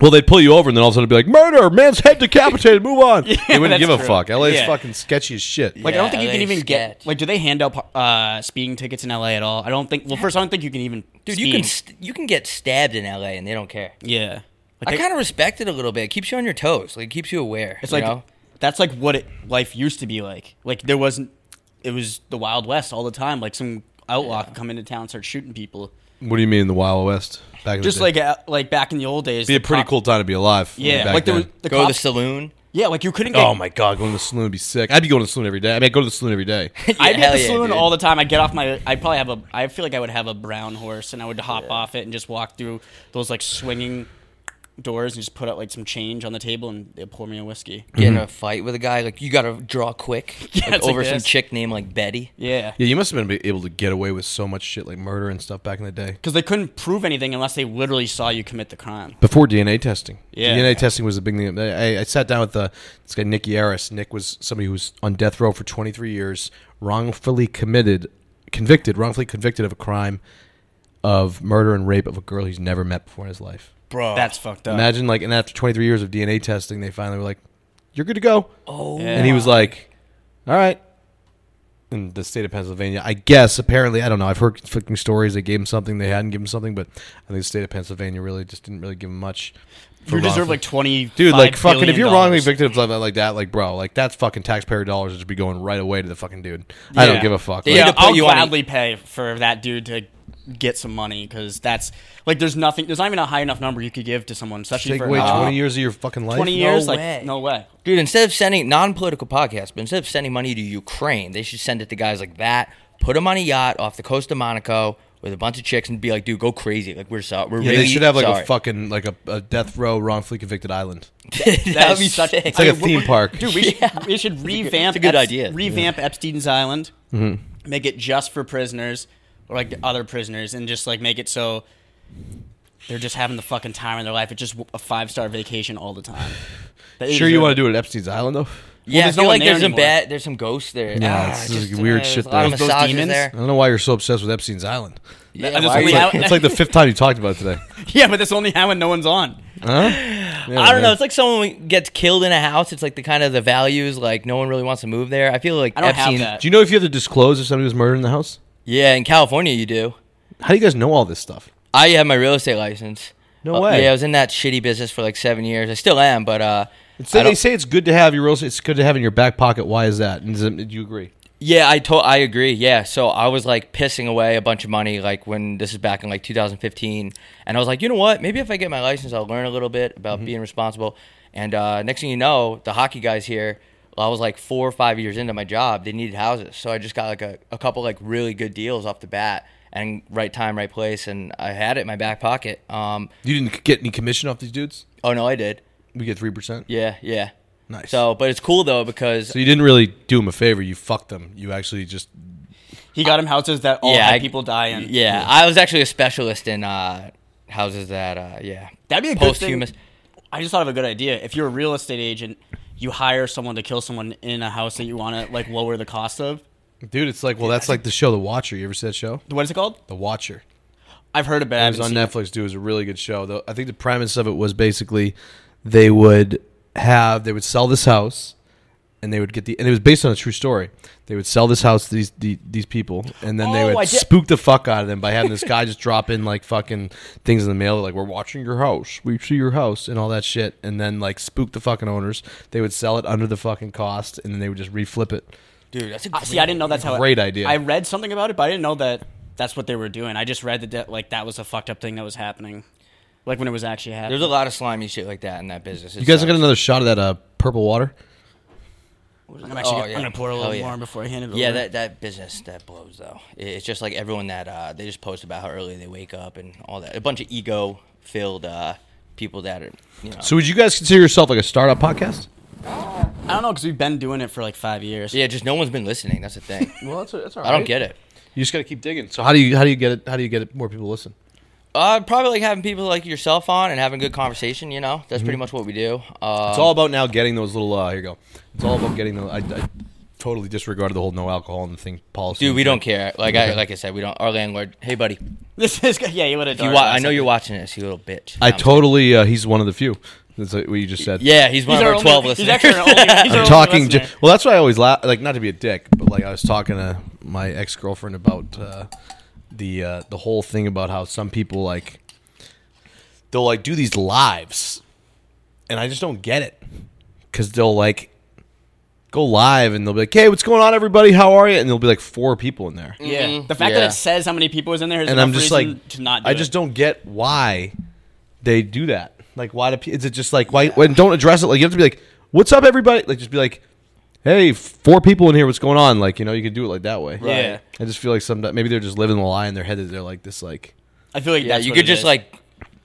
Well, they'd pull you over and then all of a sudden be like, "Murder! Man's head decapitated. Move on." they wouldn't that's give a true. fuck. LA's Yeah. fucking sketchy as shit. Like I Yeah, don't think you can LA even is get sketch. like do they hand out uh, speeding tickets in LA at all? I don't think. Well, first I don't think you can even. Dude, speed. you can st- you can get stabbed in LA and they don't care. Yeah. Like I they- kind of respect it a little bit. It keeps you on your toes. Like it keeps you aware. It's you like know? that's like what it, life used to be like. Like there wasn't. It was the Wild West all the time. Like some outlaw could come into town, and start shooting people. What do you mean in the Wild West? Back in Just the day? like uh, like back in the old days. be a pretty cool time to be alive. Yeah, back like there then. was the go to the cops. Mm-hmm. saloon. yeah, like you couldn't get. Oh my god, going to the saloon would be sick. I'd be going to the saloon every day. I mean, I'd go to the saloon every day. I'd be at hell the yeah, saloon dude. all the time. I'd get off my. I probably have a. I feel like I would have a brown horse, and I would hop off it and just walk through those like swinging doors and just put out like some change on the table, and they pour me a whiskey. Get in a fight with a guy. Like you got to draw quick Yeah, like, it's like over some this. chick named like Betty. Yeah, Yeah, you must have been able to get away with so much shit like murder and stuff back in the day. because they couldn't prove anything unless they literally saw you commit the crime. Before DNA testing, Yeah. DNA testing was a big thing. I, I sat down with the, this guy Nicky Aris. Nick was somebody who was on death row for 23 years, wrongfully committed, convicted, wrongfully convicted of a crime of murder and rape of a girl he's never met before in his life. Bro. That's fucked up. Imagine like, and after 23 years of DNA testing, they finally were like, "You're good to go." Oh. Yeah. And he was like, "All right." In the state of Pennsylvania, I guess apparently I don't know. I've heard conflicting stories. They gave him something, they hadn't given him something, but I think the state of Pennsylvania really just didn't really give him much. for You deserve wrongful- like twenty. dude, like fucking. If you're wrongly convicted of something like that, like bro, like that's fucking taxpayer dollars that should be going right away to the fucking dude. I don't Yeah. give a fuck. They Like, need yeah, to put I'll you on gladly pay for that dude to get some money because that's like there's nothing. There's not even a high enough number you could give to someone, especially Take for away uh, twenty years of your fucking life. 20 No years, like way. no way. Dude, instead of sending non-political podcasts, but instead of sending money to Ukraine, they should send it to guys like that. Put them on a yacht off the coast of Monaco with a bunch of chicks and be like, "Dude, go crazy! Like we're so we're Yeah, really they should have like sorry. a fucking like a, a death row wrongfully convicted island. That'd That is be such. sick. It's like a we- theme we- park. dude. We should, we should revamp. it's a good Eps- idea. Mm-hmm. Revamp Epstein's Island. Make it just for prisoners or like other prisoners, and just like make it so they're just having the fucking time of their life. It's just a five star vacation all the time. Sure, you want to do it at Epstein's Island though? yeah, I there's feel no one like there there's some anymore. bad, there's some ghosts there. Yeah, Ah, it's just, just weird uh, shit there's A lot of there. Those massages demons? there. I don't know why you're so obsessed with Epstein's Island. Yeah, why That's what are we you- have- It's like the fifth time you talked about it today. Yeah, but that's only how when no one's on. Huh? I don't know. It's like someone gets killed in a house. It's like the kind of the values like no one really wants to move there. I feel like I don't Epstein, have that. Do you know if you have to disclose if somebody was murdered in the house? Yeah, in California you do. How do you guys know all this stuff? I have my real estate license. No Uh, way. Yeah, I was in that shitty business for like seven years. I still am, but uh, It's, I they don't- say it's good to have your real estate. It's good to have in your back pocket. Why is that? And is it- do you agree? yeah, I to- I agree. Yeah, so I was like pissing away a bunch of money, like when this is back in like 2015, and I was like, you know what? Maybe if I get my license, I'll learn a little bit about being responsible. And uh, next thing you know, the hockey guys here. I was like four or five years into my job. They needed houses, so I just got like a, a couple like really good deals off the bat, and right time, right place, and I had it in my back pocket. Um, You didn't get any commission off these dudes. oh no, I did. We get three percent. Yeah, yeah. Nice. So, but it's cool though because So you didn't really do them a favor. You fucked them. You actually just He got him houses that all yeah, had I- people die in. Yeah, I was actually a specialist in uh, houses that uh, yeah. That'd be a good thing. posthumous. I just thought of a good idea. If you're a real estate agent, you hire someone to kill someone in a house that you want to like lower the cost of. dude. It's like well, that's like the show The Watcher. You ever see that show? What is it called? The Watcher. I've heard about it. I It was haven't on seen it. Netflix. Dude, it was a really good show. Though I think the premise of it was basically they would have they would sell this house, and they would get the and it was based on a true story. They would sell this house to these the, these people, and then they Oh, would I did- spook the fuck out of them by having this guy just drop in like fucking things in the mail, like we're watching your house, we see your house, and all that shit, and then like spook the fucking owners. They would sell it under the fucking cost, and then they would just reflip it. Dude, that's a Uh, see, I didn't know that's how. it- Great idea. I read something about it, but I didn't know that that's what they were doing. I just read that, that like that was a fucked up thing that was happening, like when it was actually happening. There's a lot of slimy shit like that in that business. You guys got another shot of that uh, purple water. I'm actually Oh, gonna, yeah. I'm gonna pour a Hell little yeah. more before I hand it over. Yeah, that, that business that blows though. It- It's just like everyone that uh, they just post about how early they wake up and all that. A bunch of ego filled uh, people that are you know. So would you guys consider yourself like a startup podcast? I don't know because we've been doing it for like five years. yeah, just no one's been listening. That's the thing. Well, that's that's all I don't get it. You just got to keep digging. So how do you how do you get it how do you get it more people to listen? Uh, probably like having people like yourself on and having good conversation. You know, that's pretty much what we do. Uh, It's all about now getting those little uh, here you go. It's all about getting the. I, I totally disregarded the whole no alcohol and the thing policy. Dude, we don't care. Like I like I said, we don't. Our landlord. Hey, buddy. This is yeah. You would have You done. wa- I know you're watching this, you little bitch. I No, I'm totally. Uh, he's one of the few. That's like what you just said. kidding. Yeah, he's one He's of our our only- twelve he's listeners. actually our only- he's our I'm only talking. listener. J- well, that's why I always laugh. Like not to be a dick, but like I was talking to my ex girlfriend about uh, the uh, the whole thing about how some people like they'll like do these lives, and I just don't get it because they'll like go live and they'll be like, "Hey, what's going on, everybody? How are you?" And there'll be like four people in there. Yeah. Mhm. The fact Yeah. that it says how many people was in there is and enough I'm just reason like, to not. Do I just it. don't get why they do that. Like, why do pe- is it just like why? When, don't address it. Like, you have to be like, "What's up, everybody?" Like, just be like, "Hey, four people in here. What's going on?" Like, you know, you could do it like that way. Right. Yeah. I just feel like some maybe they're just living the lie in their head that they're like this, like, I feel like yeah, that's you what could it just is. like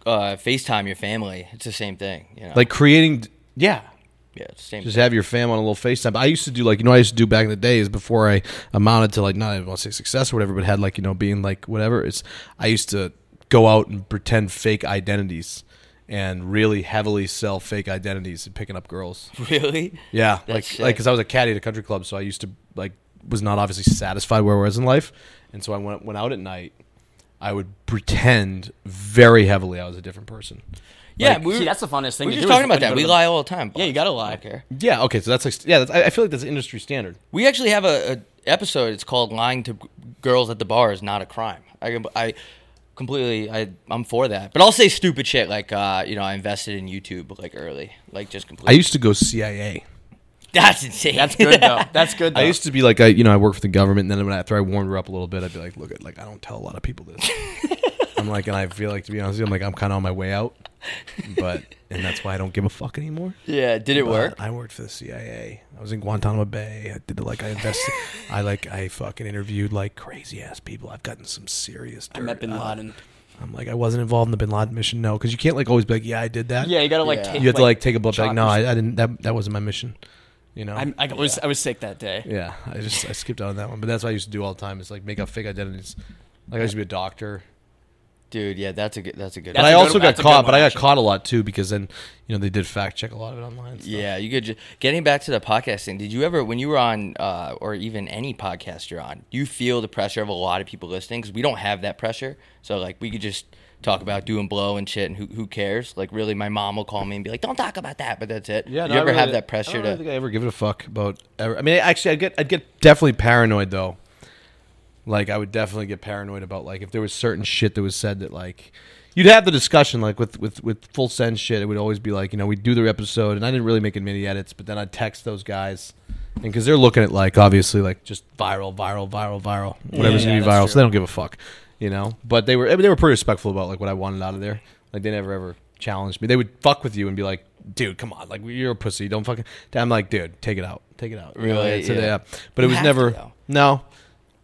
uh, FaceTime your family. It's the same thing. You know? like creating. Yeah. yeah, it's the same. Just thing. have your fam on a little FaceTime. I used to do like you know what I used to do back in the days before I amounted to like not I want to say success or whatever, but had like you know being like whatever. It's I used to go out and pretend fake identities and really heavily sell fake identities and picking up girls. really. Yeah, That's like sick. like because I was a caddy at a country club, so I used to like was not obviously satisfied where I was in life, and so I went went out at night. I would pretend very heavily I was a different person. Yeah, Like- we See, were, that's the funnest thing. we were to just do is talking about when you that. go We to the- lie all the time. Yeah, you gotta lie. I don't care. Yeah, okay, so that's like yeah, that's, I, I feel like that's industry standard. We actually have a, a episode. It's called "Lying to G- Girls at the Bar is Not a Crime." I com- I completely I I'm for that. But I'll say stupid shit like uh, you know I invested in YouTube like early, like just I completely. used to go CIA. That's insane. That's good though. That's good. Though. I used to be like I, you know, I worked for the government, and then when- after I warmed her up a little bit, I'd be like, look, at like I don't tell a lot of people this. I'm like, and I feel like to be honest, with you, I'm like I'm kind of on my way out, but and that's why I don't give a fuck anymore. yeah. Did it But work? I worked for the CIA. I was in Guantanamo Bay. I did like I invested. I like I fucking interviewed like crazy ass people. I've gotten some serious. I Dirt. met Bin Uh, Laden. I'm like I wasn't involved in the Bin Laden mission. No, because you can't like always be like, yeah, I did that. Yeah, you gotta like. Yeah. Take, You have to like take a bullet. shot Like, no, yourself. I, I didn't. That that wasn't my mission. You know. I'm, I was I was sick that day. Yeah, I just I skipped out on that one, but that's what I used to do all the time. Is like make up fake identities. Like I used to be a doctor, Dude, yeah, that's a good. That's a good. but That's I a good- also got that's a good caught. But one, I got actually. caught a lot too because then you know they did fact check a lot of it online. and stuff. Yeah, you could. Ju- Getting back to the podcast thing, did you ever, when you were on, uh, or even any podcast you're on, you feel the pressure of a lot of people listening? Because we don't have that pressure, so like we could just talk about doing blow and shit, and who who cares? Like really, my mom will call me and be like, "Don't talk about that," but that's it. Yeah, you no, I ever have really- that pressure I don't to? really think I ever give it a fuck about. Ever. I mean, actually, I'd get I'd get definitely paranoid though. Like I would definitely get paranoid about like if there was certain shit that was said that like you'd have the discussion like with with with full send shit. It would always be like you know we'd do the episode and I didn't really make any many edits, but then I'd text those guys. And because they're looking at like obviously like just viral, viral, viral, viral, whatever's Yeah, gonna be that's viral, true. so they don't give a fuck, you know. But they were I mean, they were pretty respectful about like what I wanted out of there. Like they never ever challenged me. They would fuck with you and be like, "Dude, come on, like you're a pussy. Don't fucking." I'm like, "Dude, take it out, take it out." You know, Really? it's- Yeah. But You it was have never to, though. no,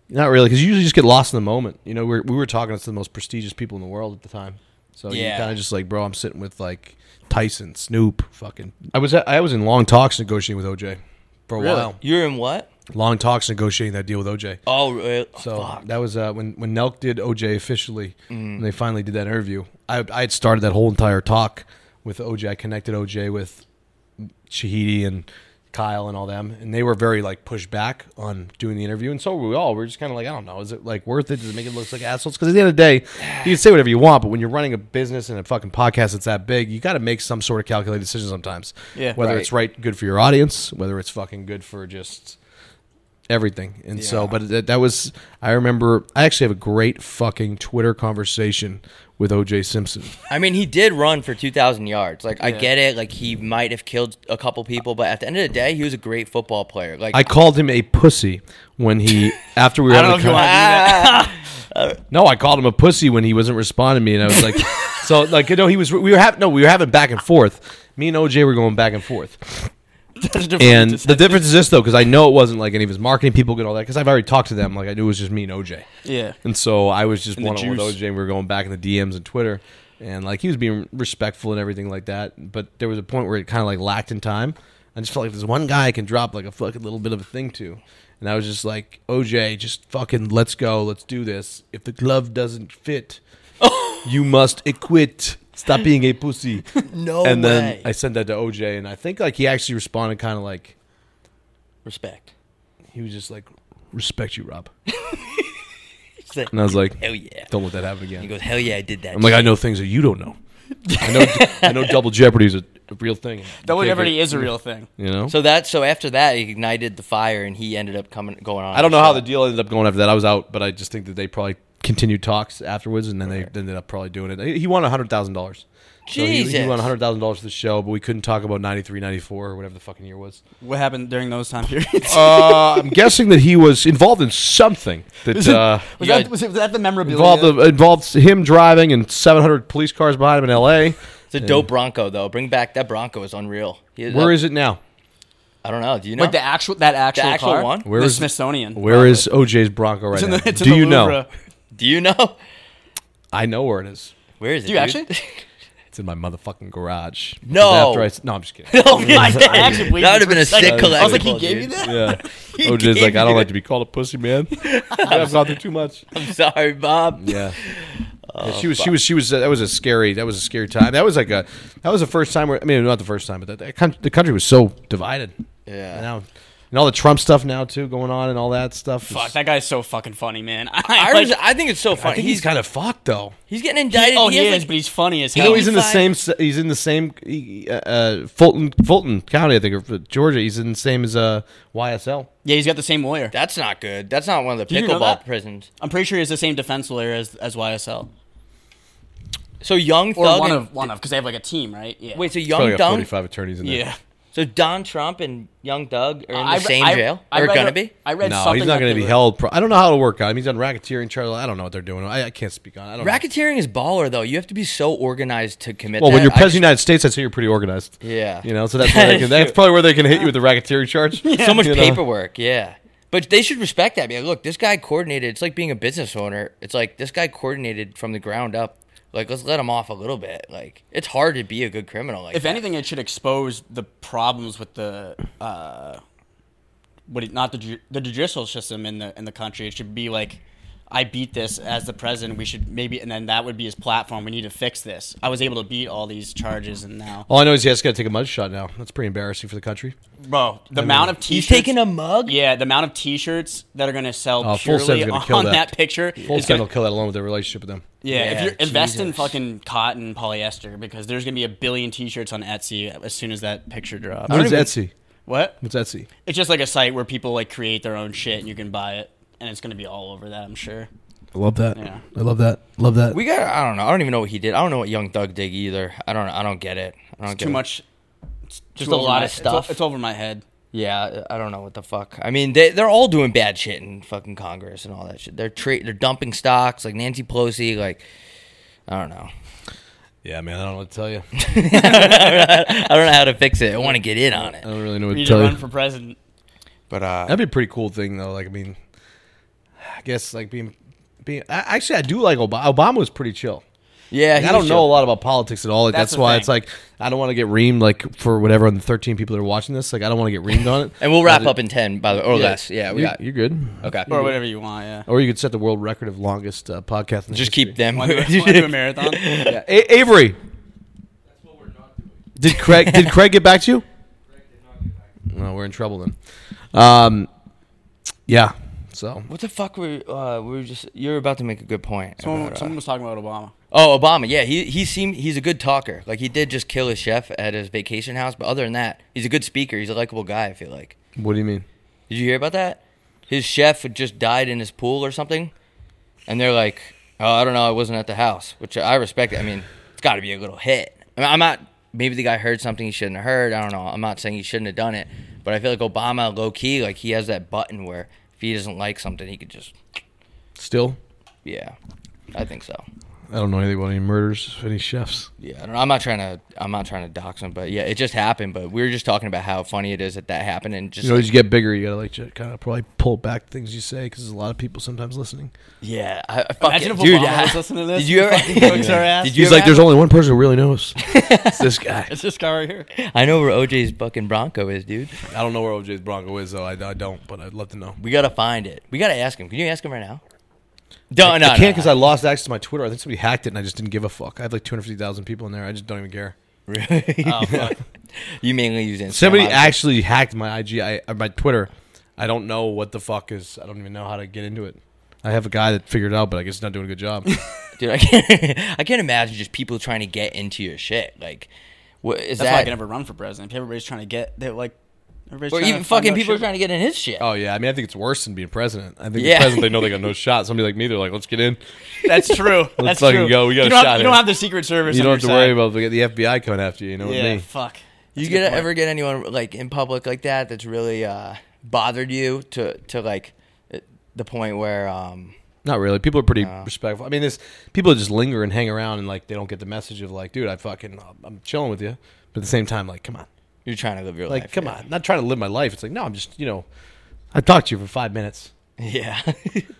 not really, because you usually just get lost in the moment. You know, we we were talking to some of the most prestigious people in the world at the time, so Yeah. you kind of just like, bro, I'm sitting with like Tyson, Snoop, fucking. I was at, I was in long talks negotiating with OJ for a while. You're in what? Long talks negotiating that deal with OJ. Oh, really? So Fuck. Mm. that was uh, when when Nelk did OJ officially, when they finally did that interview. I I had started that whole entire talk with OJ. I connected OJ with Shahidi and Kyle and all them, and they were very like pushed back on doing the interview, and so were we all. We are just kind of like, I don't know, is it like worth it? Does it make it look like assholes? Because at the end of the day, you can say whatever you want, but when you're running a business and a fucking podcast that's that big, you got to make some sort of calculated decision sometimes. Yeah. whether Right. it's right good for your audience, whether it's fucking good for just everything. And so, Yeah. but that, that was, I remember, I actually have a great fucking Twitter conversation with OJ Simpson. I mean, he did run for 2,000 yards. Like, I Yeah. get it. Like, he might have killed a couple people, but at the end of the day, he was a great football player. Like, I called him a pussy when he, after we were I having don't know a if you con- want to do that. No, I called him a pussy when he wasn't responding to me, and I was like, so like no, he was. We were having no, we were having back and forth. Me and OJ were going back and forth, That's different. and It's- the difference is this though, because I know it wasn't like any of his marketing people and all that, because I've already talked to them. Like I knew it was just me and OJ, yeah. and so I was just And the one on one with juice. OJ. And we were going back in the DMs and Twitter, and like he was being respectful and everything like that. But there was a point where it kind of like lacked in time. I just felt like there's one guy I can drop like a fucking little bit of a thing to. And I was just like, OJ, just fucking let's go, let's do this. If the glove doesn't fit, you must quit. Stop being a pussy. no and then way. I sent that to OJ, and I think like he actually responded kind of like Respect. he was just like, respect you, Rob. He's like, And I was like, hell yeah. don't let that happen again. He goes, hell yeah, I did that. I'm like, I shit." know things that you don't know. I know, I know Double Jeopardy is a, a real thing. Double You can't jeopardy get- is a real thing. You know, So that, so after that, he ignited the fire, and he ended up coming, going on. I don't know how the show. deal ended up going after that. I was out, but I just think that they probably continued talks afterwards, and then they ended up probably doing it. He he won hundred thousand dollars. he, Jesus. won hundred thousand dollars for the show, but we couldn't talk about 93, 94, or whatever the fucking year was. What happened during those time periods? Uh, I'm guessing that he was involved in something that uh, was, yeah. that, was, it, was that the memorabilia? involved the, involved him driving and 700 police cars behind him in L.A. It's a dope Bronco, though. Bring back that Bronco is unreal. He, Where that- is it now? I don't know. Do you know? Wait, the actual that actual, actual car? one? Where the is- Smithsonian? Where is OJ's Bronco Uh, It's right in now? the, it's in Do the you know? Louvre. Do you know? I know where it is. Where is it? Do you dude? actually? It's in my motherfucking garage. No. After I s- no, I'm just kidding. oh my god, I actually believe that you would have been for a a second. sick I was collection. like, he gave you that? Yeah. gave OJ's like, I you don't that. like to be called a pussy, man. I've gone through too much. I'm sorry, Bob. Yeah. Yeah, she was. She was. She was. That was a scary. That was a scary time. That was like a. That was the first time where I mean, not the first time, but that, that coun- the country was so divided. Yeah. And now, and all the Trump stuff now too going on and all that stuff. Fuck, that guy's so fucking funny, man. I, I, like- was, I think it's so funny. I think he's, he's kind of fucked though. he's getting indicted. oh, he, has, is, like, but he's funny as You hell. know, he's in the 85 same. s- He's in the same. he- uh, Uh, Fulton, Fulton County, I think, or uh, Georgia. He's in the same as uh, YSL. yeah, he's got the same lawyer. That's not good. That's not one of the you know pickleball that? prisons. I'm pretty sure he has the same defense lawyer as, as YSL. So young Or thug. one and- of one of because they have like a team, right? Yeah. wait, so young Probably got thug. 45 attorneys in there. Yeah. So Don Trump and Young Doug are in the I- same I- jail. I or read gonna a- be? I read no, something he's not that going to they be were- held. Pro- I don't know how it'll work out. I mean, he's on racketeering charge. I don't know what they're doing. I, I can't speak on. it. I don't. know. Racketeering is baller though. You have to be so organized to commit. Well, when that. you're I president of the just- United States, I'd say you're pretty organized. Yeah. You know, so that's where they can, that's probably where they can hit you with the racketeering charge. so much You know? paperwork. Yeah, but they should respect that. Be like, look, this guy coordinated. It's like being a business owner. It's like this guy coordinated from the ground up. Like, let's let him off a little bit. Like, it's hard to be a good criminal. Like, if anything, it should expose the problems with the uh, what it- not the ju- the judicial system in the in the country. It should be like, I beat this as the president. We should maybe, and then that would be his platform. We need to fix this. I was able to beat all these charges, and now, All I know is he has got to take a mugshot now. That's pretty embarrassing for the country. bro, the amount of he's t-shirts. taking a mug. yeah, the amount of T-shirts that are going to sell Oh, Full purely Send's on gonna kill that. that. picture. Full is gonna- send will kill that along with their relationship with them. yeah, Yeah, if you're invest in Jesus. fucking cotton polyester because there's going to be a billion T-shirts on Etsy as soon as that picture drops. What is Etsy? What? What's Etsy? It's just like a site where people like create their own shit and you can buy it, and it's gonna be all over that. I'm sure. I love that. Yeah. I love that. Love that. We got. I don't know. I don't even know what he did. I don't know what Young Thug did either. I don't. I don't get it. I don't get Too it. much. It's Just too a over lot my- of it's o- stuff. It's, over my head. Yeah, I I don't know what the fuck. I mean, they they're all doing bad shit in fucking Congress and all that shit. They're tra- they're dumping stocks like Nancy Pelosi. Like, I don't know. yeah, man. I don't know what to tell you. I don't know how to fix it. I want to get in on I it. don't really know what You need to to tell run you. for president. But uh, That'd be a pretty cool thing, though. Like, I mean, I guess like being being. I, actually, I do like Obama. Obama was pretty chill. yeah, he I don't was know chill. a lot about politics at all. Like, That's that's the why thing. it's like I don't want to get reamed like for whatever. And the thirteen people that are watching this, like I don't want to get reamed on it. And we'll wrap But it- up in ten, by the way, or less. Yeah, we you, got. you're good. Okay. Or whatever you want, yeah. Or you could set the world record of longest uh, podcast. In Just history. keep them. Want to do, wanna do a marathon? Yeah. A- Avery. Did Craig did Craig get back to you? No, we're in trouble then. Um, yeah. So What the fuck were uh, we were just? You're about to make a good point. Someone, about, uh, someone was talking about Obama. oh, Obama. Yeah, he he seemed he's a good talker. Like he did just kill his chef at his vacation house, but other than that, he's a good speaker. He's a likable guy. I feel like. what do you mean? Did you hear about that? His chef had just died in his pool or something, and they're like, "Oh, I don't know, I wasn't at the house," which I respect. I mean, it's got to be a little hit. I mean, I'm not. Maybe the guy heard something he shouldn't have heard. I don't know. I'm not saying he shouldn't have done it, but I feel like Obama, low key, like he has that button where if he doesn't like something, he could just, Still, yeah, I think so. I don't know anything about any murders, any chefs. Yeah, I don't know. I'm not trying to. I'm not trying to dox him, but yeah, it just happened. But we were just talking about how funny it is that that happened, and just You know, as you get bigger, you gotta like kind of probably pull back things you say because there's a lot of people sometimes listening. yeah, I, I fucking, Imagine if dude, Obama I- was listening to this. Did you ever? Fucking cooks our ass. Did you He's ever like, there's have- only one person who really knows. it's this guy. It's this guy right here. I know where OJ's fucking Bronco is, dude. I don't know where OJ's Bronco is though. I, I don't, but I'd love to know. We gotta find it. We gotta ask him. Can you ask him right now? No, I, no, I can't no. because I lost access to my Twitter. I think somebody hacked it, and I just didn't give a fuck. I have like 250,000 people in there. I just don't even care. Really? Oh, fuck. you mainly use Instagram. Somebody obviously. actually hacked my IG, I, or my Twitter. I don't know what the fuck is. I don't even know how to get into it. I have a guy that figured it out, but I guess he's not doing a good job. dude. I can't. I can't imagine just people trying to get into your shit. Like, what is That's why I that? can never run for president. Everybody's trying to get that like. Everybody's or trying even to find fucking out people are shit. trying to get in his shit. oh yeah, I mean, I think it's worse than being president. I think Yeah. the president they know they got no shot. Somebody like me, they're like, let's get in. That's true. That's fucking true. go. We got you a don't shot Have, you here. don't have the Secret Service. you on don't have to your worry side. about the FBI coming after you. You know what Yeah, I mean? fuck. you a good get point. ever get anyone like in public like that that's really uh, bothered you to to like uh, the point where um Not really. People are pretty respectful. I mean, this people just linger and hang around, and like they don't get the message of like, dude, I fucking, uh, I'm chilling with you, but at the same time, like, come on, you're trying to live your like, life. come yeah. on, not trying to live my life. It's like, no, I'm just, you know, I talked to you for five minutes. Yeah.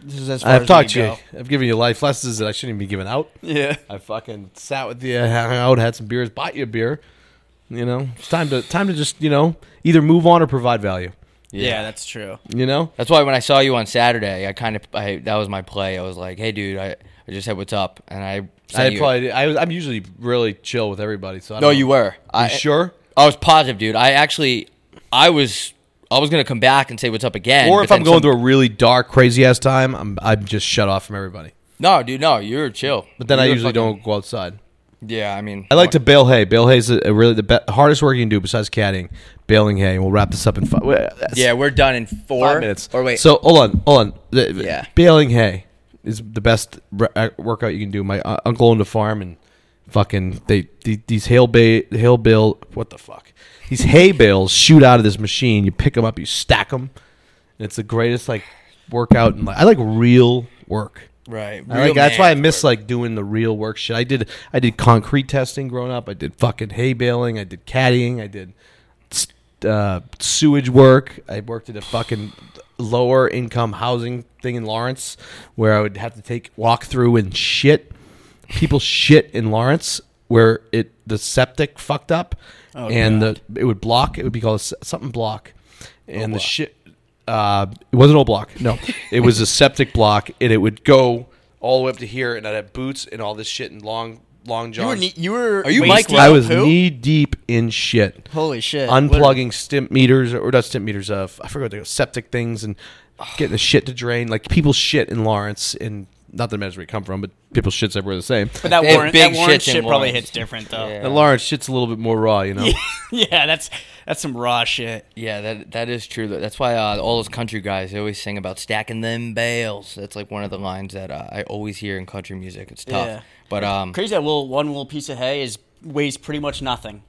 This is as far I've as talked we to go. you. I've given you life lessons that I shouldn't even be giving out. Yeah. I fucking sat with you, hung out, had some beers, bought you a beer. You know, it's time to time to just you know either move on or provide value. yeah. Yeah. that's true. You know, That's why when I saw you on Saturday, I kind of I, that was my play. I was like, "Hey, dude, I, I just said what's up," and I sent I you- probably I was, I'm usually really chill with everybody. So I no, don't know. you were. I You sure? I was positive, dude. I actually I was I was gonna come back and say what's up again. Or but if I'm then going some- through a really dark, crazy ass time, I'm I'm just shut off from everybody. no, dude, no, you were chill. But then You I were usually fucking- don't go outside. Yeah, I mean, I like to bale hay. Bale hay is a, a really the be- hardest work you can do besides caddying. Baling hay, and we'll wrap this up in five. Yeah, we're done in four five minutes. Or wait, So hold on, hold on. The- Yeah. Baling hay is the best re- uh, workout you can do. My uh, uncle owned a farm, and fucking they, the- these hail ba- hail bill what the fuck these hay bales shoot out of this machine. You pick them up, you stack them. And it's the greatest like workout. And like, I like real work. Right. I like- that's why I miss like doing the real work shit. I did I did concrete testing growing up. I did fucking hay baling. I did caddying. I did s- uh, sewage work. I worked at a fucking lower income housing thing in Lawrence where I would have to take walk through and shit. People shit in Lawrence where it the septic fucked up and the it would block. It would be called a s- something block, and the shit. Uh, it wasn't old block. No, it was a septic block, and it would go all the way up to here, and I'd have boots and all this shit and long long You were johns. ne- you were Are you waist Mike deep I was poo? knee deep in shit. Holy shit! Unplugging stimp meters or not stimp meters of I forgot they were septic things and getting the shit to drain. Like people shit in Lawrence and not that it matters where you come from, but people shits everywhere the same. But that They have Warren, big that Warren shits in shit probably Lawrence. hits different though. Yeah. Yeah. And Lawrence shit's a little bit more raw, you know. that's that's some raw shit. Yeah, that that is true. though. That's why uh, all those country guys they always sing about stacking them bales. That's like one of the lines that uh, I always hear in country music. It's tough, Yeah. but um, Crazy that little one little piece of hay is weighs pretty much nothing,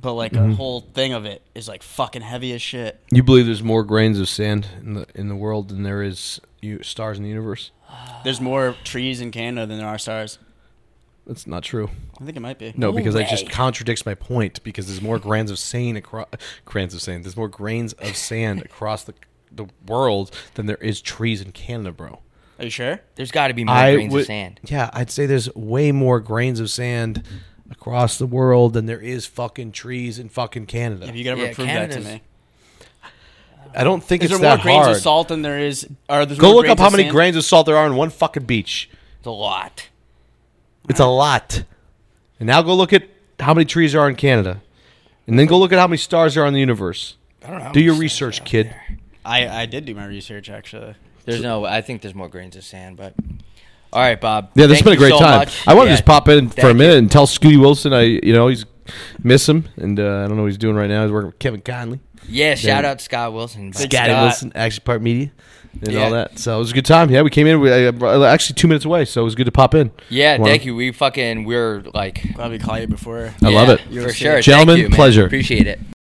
but like Mm-hmm. a whole thing of it is like fucking heavy as shit. You believe there's more grains of sand in the in the world than there is you, stars in the universe? There's more trees in Canada than there are stars. That's not true. I think it might be. No, because way. that just contradicts my point. Because there's more grains of sand across grains of sand. There's more grains of sand across the the world than there is trees in Canada, bro. Are you sure? there's got to be more grains would- of sand. Yeah, I'd say there's way more grains of sand across the world than there is fucking trees in fucking Canada. Have you ever Yeah, prove that to Canada's- me? I don't think Is it's there more that grains hard. of salt than there is? Or there's Go more look up grains how of many sand? grains of salt there are on one fucking beach. It's a lot. It's a lot. And now go look at how many trees there are in Canada, and then go look at how many stars there are in the universe. I don't know. Do your research, kid. I I did do my research actually. There's no. I think there's more grains of sand, but all right, Bob. Yeah, thank this has been a you great so time. much. I want to Yeah, just pop in for a thank minute and tell Scooty Wilson I, you know, he's miss him, and uh, I don't know what he's doing right now. He's working with Kevin Conley, Yeah, shout out Scott Wilson. Big Scotty Scott. Wilson, Action Park Media, and Yeah. all that. So it was a good time. Yeah, we came in. We, I, I- actually two minutes away, so it was good to pop in. Yeah, Wanna- thank you. We fucking we're like Glad we called you before. I love Yeah, it. for sure, Thank Gentlemen, you, man. pleasure. Appreciate it.